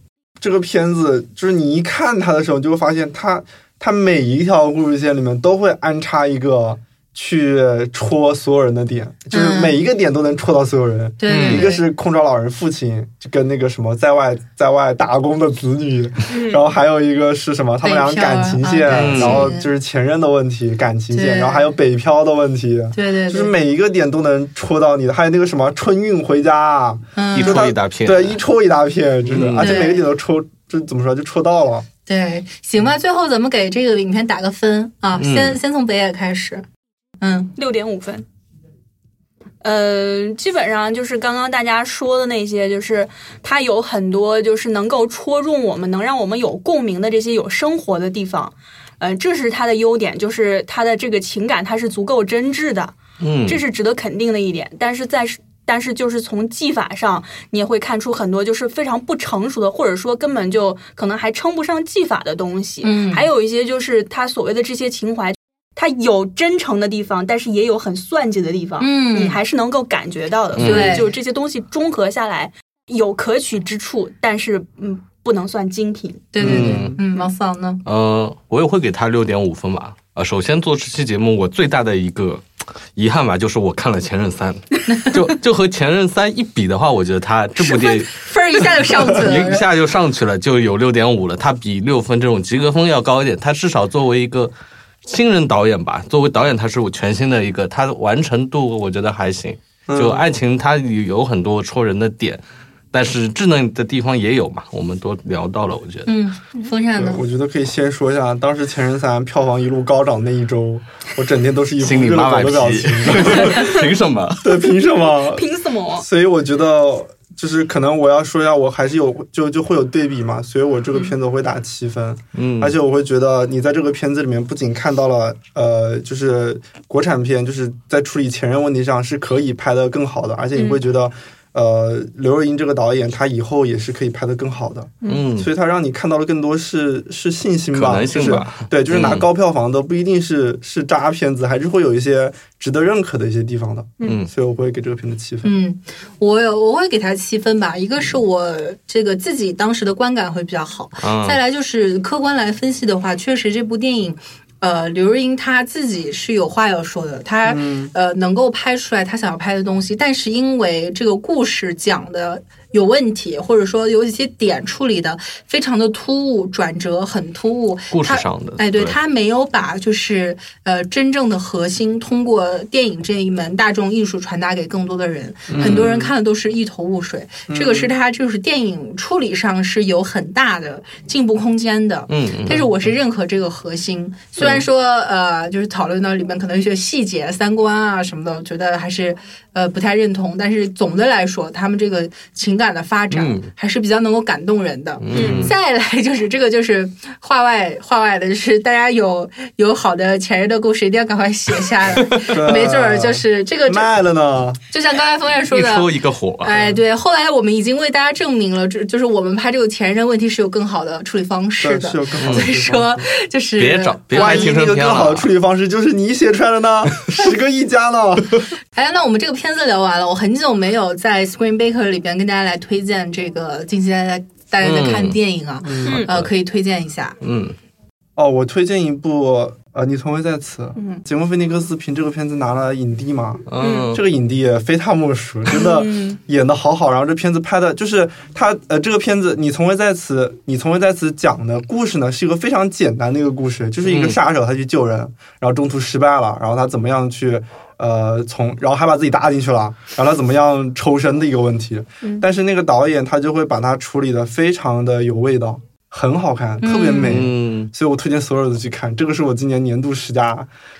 S1: 这个片子就是你一看它的时候，你就会发现它它每一条故事线里面都会安插一个去戳所有人的点，
S4: 嗯
S1: 就是每一个点都能戳到所有人。
S5: 对
S6: 嗯
S5: 对，
S1: 一个是空巢老人父亲就跟那个什么在外在外打工的子女，然后还有一个是什么他们俩感情线，
S5: 嗯北漂啊
S6: 感情
S1: 然后就是前任的问题，感情线，
S5: 对
S1: 然后还有北漂的问题，
S5: 对对
S1: 就是
S5: 对，
S1: 每一个点都能戳到你的。还有那个什么春运回家，啊
S6: 一
S5: 嗯，
S6: 戳一大片，
S1: 对，一戳一大片，就是、
S6: 嗯
S1: 而且
S5: 对
S1: 每个点都戳，就怎么说就戳到了。
S5: 对，行吧，最后咱们给这个影片打个分啊，
S6: 嗯
S5: 先先从北野开始，嗯
S4: 六点五分。呃，基本上就是刚刚大家说的那些，就是它有很多就是能够戳中我们，能让我们有共鸣的这些有生活的地方。呃，这是它的优点，就是它的这个情感它是足够真挚的，
S6: 嗯，
S4: 这是值得肯定的一点。但是在但是就是从技法上，你也会看出很多就是非常不成熟的，或者说根本就可能还称不上技法的东西。
S5: 嗯，
S4: 还有一些就是他所谓的这些情怀，他有真诚的地方，但是也有很算计的地方，
S5: 嗯
S4: 你还是能够感觉到的。
S6: 嗯
S4: 所
S5: 对
S4: 以就这些东西综合下来，有可取之处，但是嗯，不能算精品。
S5: 对对对
S6: 嗯，
S5: 嗯，王思昂呢？
S6: 呃，我也会给他六点五分吧。呃，首先做这期节目，我最大的一个遗憾吧，就是我看了《前任三》 就，就和《前任三》一比的话，我觉得他这部电影
S5: 分儿一下就上去 了，
S6: 一下就上去了，就有六点五了。它比六分这种及格分要高一点，它至少作为一个新人导演吧，作为导演他是我全新的一个，他的完成度我觉得还行。就爱情它有很多戳人的点，但是稚嫩的地方也有嘛，我们都聊到了，我觉得。
S5: 嗯，风扇
S1: 对
S5: 呢，？
S1: 我觉得可以先说一下，当时《前任三》票房一路高涨那一周，我整天都是一副
S6: 心里
S1: 热
S6: 妈
S1: 狗的
S6: 卖批
S1: 表情。，
S6: 凭什么？
S1: 对，凭什么？
S4: 凭什么？
S1: 所以我觉得就是可能我要说一下，我还是有就就会有对比嘛，所以我这个片子我会打七分，
S6: 嗯
S1: 而且我会觉得你在这个片子里面不仅看到了呃，就是国产片就是在处理前任问题上是可以拍得更好的，而且你会觉
S6: 嗯
S1: 得。呃，刘若英这个导演，他以后也是可以拍得更好的，
S6: 嗯，
S1: 所以他让你看到了更多是是信心吧，
S6: 可能性吧
S1: 就是对，就是拿
S6: 嗯
S1: 高票房的不一定是是渣片子，还是会有一些值得认可的一些地方的，
S6: 嗯
S1: 所以我会给这个片子七分。
S5: 嗯，我有我会给他七分吧，一个是我这个自己当时的观感会比较好，
S6: 啊
S5: 再来就是客观来分析的话，确实这部电影。呃，刘若英她自己是有话要说的，她、
S6: 嗯
S5: 呃能够拍出来她想要拍的东西，但是因为这个故事讲的有问题，或者说有一些点处理的非常的突兀，转折很突兀。
S6: 故事
S5: 它
S6: 上的
S5: 哎，对，
S6: 对
S5: 他没有把就是呃真正的核心通过电影这一门大众艺术传达给更多的人，
S6: 嗯
S5: 很多人看的都是一头雾水。这个是他就是电影处理上是有很大的进步空间的。
S6: 嗯嗯
S5: 但是我是认可这个核心，虽然说呃，就是讨论到里面可能一些细节、三观啊什么的，我觉得还是呃不太认同。但是总的来说，他们这个情感的发展
S6: 嗯
S5: 还是比较能够感动人的。
S6: 嗯
S5: 再来就是这个就是话外话外的，就是大家有有好的前任的故事，一定要赶快写下来， 没准儿就是这个就
S1: 卖了呢。
S5: 就像刚才风燕说
S6: 一
S5: 的，
S6: 抽一个火，
S5: 哎，对，后来我们已经为大家证明了，这就是我们拍这个前任问题是有更好的处理方式
S1: 对
S5: 的
S1: 是有更好的处理方式
S5: 所以说，就是
S6: 别找别
S5: 呃
S6: 拍
S1: 万一
S6: 青
S1: 那
S6: 春
S1: 个
S6: 片
S1: 更好的
S6: 了
S1: 处。理方式就是你写出来的 呢，十个一家呢。
S5: 哎，那我们这个片子聊完了，我很久没有在 Screen Baker 里边跟大家来推荐这个近期大家大家在看
S6: 嗯
S5: 电影啊，
S4: 嗯
S5: 呃，可以推荐一下。
S6: 嗯，
S1: 哦，我推荐一部呃，你从未在此。
S4: 嗯
S1: 杰克菲尼克斯凭这个片子拿了影帝嘛？
S6: 嗯
S1: 这个影帝也非他莫属，真的
S4: 嗯
S1: 演的好好。然后这片子拍的，就是他呃，这个片子你从未在此，你从未在此讲的故事呢，是一个非常简单的一个故事，就是一个
S6: 嗯
S1: 杀手他去救人，然后中途失败了，然后他怎么样去呃从，然后还把自己搭进去了，然后他怎么样抽身的一个问题。
S6: 嗯
S1: 但是那个导演他就会把它处理的非常的有味道，很好看，特别美。
S6: 嗯，
S1: 所以我推荐所有人都去看，这个是我今年年度十佳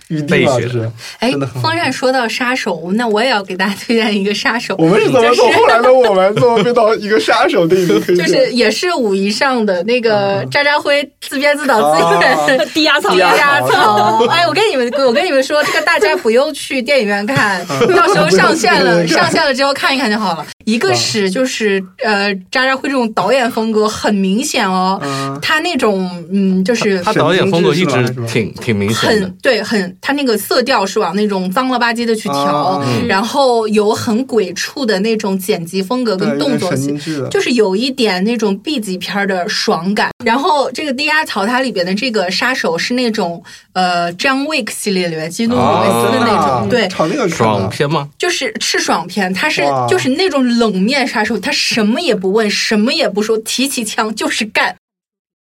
S1: 预定了，
S6: 备
S1: 就
S6: 选
S1: 是
S5: 哎
S1: 真的，很好
S5: 方善说到杀手，那我也要给大家推荐一个杀 手，
S1: 我们是怎么
S5: 就
S1: 从后来的我们，怎么变到一个杀手电影？可以
S5: 就是也是五一上的那个渣渣辉自编自导自演。
S1: 啊
S4: 低压槽
S1: 低压
S5: 压槽！哎，我跟你们，我跟你们说，这个大家不用去电影院看，到时候上线了，上线了之后看一看就好了。一个是就是呃，渣渣辉这种导演风格很明显哦，
S1: 嗯
S5: 他那种嗯，就是
S6: 他导演风格一直
S1: 神经质是吧
S6: 挺挺明显
S5: 很
S6: 的，
S5: 对，很他那个色调是往那种脏了吧唧的去调
S1: 啊，
S5: 然后有很鬼畜的那种剪辑风格
S1: 对
S5: 跟动
S1: 有点
S5: 作
S1: 神
S5: 戏
S1: 经，质的，
S5: 就是有一点那种 B 级片儿的爽感。然后这个低压槽它里边的这个杀手是那种呃 John Wick 系列里面基努里维斯的那种，
S1: 啊
S5: 对，
S1: 朝那个看
S6: 爽
S1: 的
S6: 片吗？
S5: 就是是爽片，它是
S1: 哇
S5: 就是那种冷面杀手，他什么也不问，什么也不说，提起枪就是干。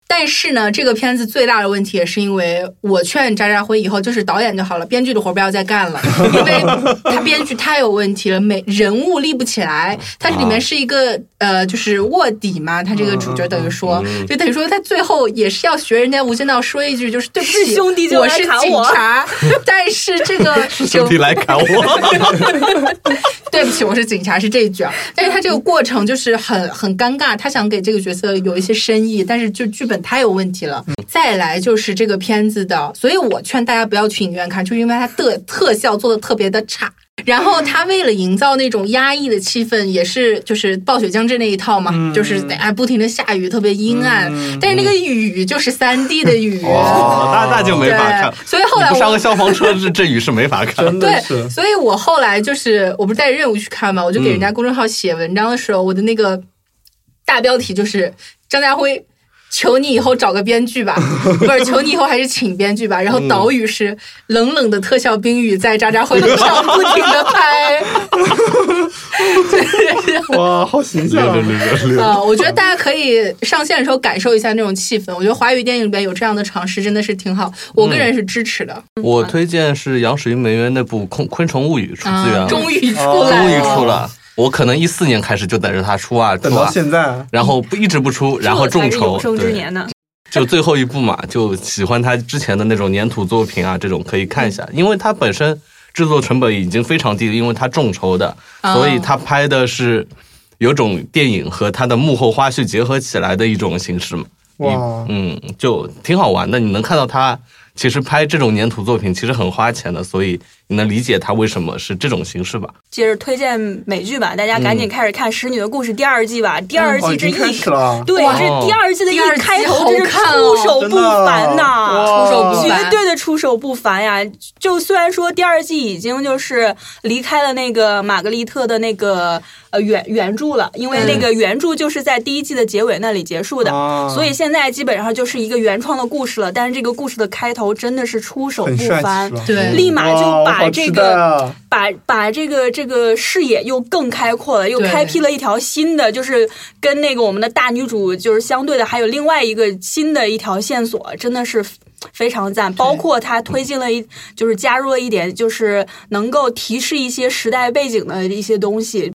S5: 但是呢，这个片子最大的问题也是因为我劝渣渣辉以后就是导演就好了，编剧的活不要再干了，因为他编剧太有问题了，每人物立不起来。他里面是一个呃，就是卧底嘛，他这个主角等于说，就等于说他最后也是要学人家《无间道》说一句，就是对不起，
S4: 是兄弟就
S5: 我
S4: 来
S5: 是
S4: 砍
S5: 警
S4: 我
S5: 察，但是这个
S6: 兄弟来砍我，
S5: 对不起，我是警察，是这一 句啊。但是他这个过程就是很很尴尬，他想给这个角色有一些深意，但是就剧本太有问题
S6: 嗯
S5: 了。再来就是这个片子的，所以我劝大家不要去影院看，就因为它的特效做的特别的差。然后他为了营造那种压抑的气氛，也是就是暴雪将至那一套嘛，
S6: 嗯
S5: 就是哎不停的下雨，特别阴暗，但是那个雨就是三 D 的雨，
S1: 哇
S6: 那那嗯就没法看。
S5: 对，所以后来
S6: 你不
S5: 我
S6: 上个消防车，这这雨是没法看。
S1: 真的
S5: 对，
S1: 是
S5: 所以我后来就是我不是带着任务去看嘛，我就给
S1: 嗯
S5: 人家公众号写文章的时候，我的那个大标题就是张家辉。求你以后找个编 剧吧，不是求你以后还是请编剧吧。然
S1: 嗯
S5: 后岛屿是冷冷的特效冰雨在渣渣辉路上不停 的拍，
S1: 哇，好形象啊。
S6: 六六，
S5: 啊，我觉得大家可以上线的时候感受一下那种气氛。我觉得华语电影里边有这样的尝试真的是挺好，我个人是支持的。
S6: 我推荐是杨水云梅园那部《昆昆虫物语》出资源
S5: 啊，
S6: 了，
S5: 终于出
S1: 嗯哦
S5: 来
S6: 终于
S5: 了，
S6: 出了。我可能一四年开始就等着它出啊出
S1: 等到
S6: 啊，
S1: 现在，
S6: 然后不一直不出，然后
S4: 这才
S6: 众
S4: 是
S6: 筹
S4: 有，生之
S6: 对
S4: 年 呢。
S6: 就最后一部嘛，就喜欢他之前的那种粘土作品啊，这种可以看一下，因为他本身制作成本已经非常低了，因为他众筹的，
S5: 啊
S6: 所以他拍的是有种电影和他的幕后花絮结合起来的一种形式嘛。
S1: 哇
S6: 一，嗯，就挺好玩的。你能看到他其实拍这种粘土作品其实很花钱的，所以你能理解他为什么是这种形式吧？
S4: 接着推荐美剧吧，大家赶
S1: 嗯
S4: 紧开始看《使女的故事》第二季吧。第二
S1: 哦，
S4: 季
S1: 已
S4: 这
S1: 经
S4: 一
S1: 开始了，
S4: 对，
S6: 哇
S4: 这第二季的一
S5: 第二季
S4: 开
S5: 好
S4: 头真是
S5: 看
S4: 出
S5: 哦
S4: 手
S1: 哦真
S4: 不
S1: 的啊
S4: 凡呐、
S1: 哇
S5: 出手不凡
S4: 绝对的出手不凡呀！就虽然说第二季已经就是离开了那个玛格丽特的那个呃原原著了，因为
S1: 嗯
S4: 那个原著就是在第一季的结尾那里结束的，
S1: 啊
S4: 所以现在基本上就是一个原创的故事了。但是这个故事的开头头真的是出手
S1: 很
S4: 不
S1: 帅
S4: 凡
S1: 气，吧？嗯
S5: 对
S4: 立马就
S1: 哇
S4: 把
S1: 好
S4: 这
S1: 期
S4: 个
S1: 待啊
S4: 把把这个这个视野又更开阔了，又
S5: 对
S4: 开辟了一条新的，就是跟那个我们的大女主就是相对的，还有另外一个新的一条线索，真的是非常赞。包括他推进了一，就是加入了一点，就是能够提示一些时代背景的一些东西。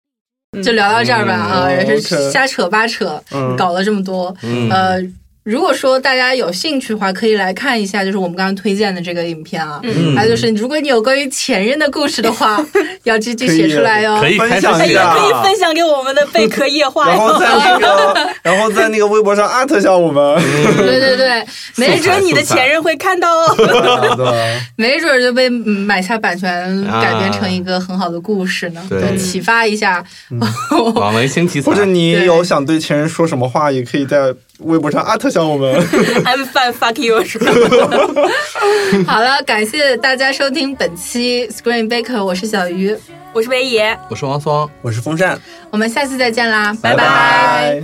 S5: 就聊到这儿吧啊，
S1: 嗯
S5: 也是
S1: OK
S5: 瞎扯八扯，
S1: 嗯
S5: 搞了这么多，
S6: 嗯
S5: 呃。如果说大家有兴趣的话，可以来看一下，就是我们刚刚推荐的这个影片啊。
S4: 嗯
S5: 还有就是，如果你有关于前任的故事的话，要积极写出来哦哟。
S6: 嗯可以
S1: 分
S6: 开
S1: 享
S6: 始
S1: 一
S6: 写
S1: 下
S6: 了
S4: 可以分享给我们的贝壳夜话
S1: 啊然后
S4: 哟，
S1: 在那 个，然后在那个微博上艾特一下我们。
S6: 嗯
S5: 对对对，没
S4: 没
S5: 准
S4: 准你的前任会看到哦。
S1: 好的，
S5: 没准就被嗯买下版权，
S6: 啊
S5: 改编成一个很好的故事呢。
S6: 对
S5: 启发一下。
S6: 网文新题材
S1: 或，者你
S5: 对
S1: 有想对前任说什么话，也可以在微博上艾特一下我们。
S4: I'm fine, fuck you，是吧？
S5: 好了，感谢大家收听本期 Screen Baker，我是小鱼，
S4: 我是北野。
S6: 我是王松。
S1: 我是风扇，
S5: 我们下次再见啦，拜
S1: 拜拜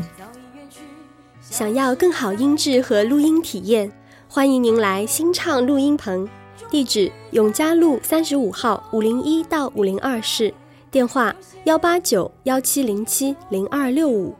S8: 想要更好音质和录音体验，欢迎您来新唱录音棚，地址永嘉路三十五号五零一到五零二室，电话幺八九幺七零七零二六五。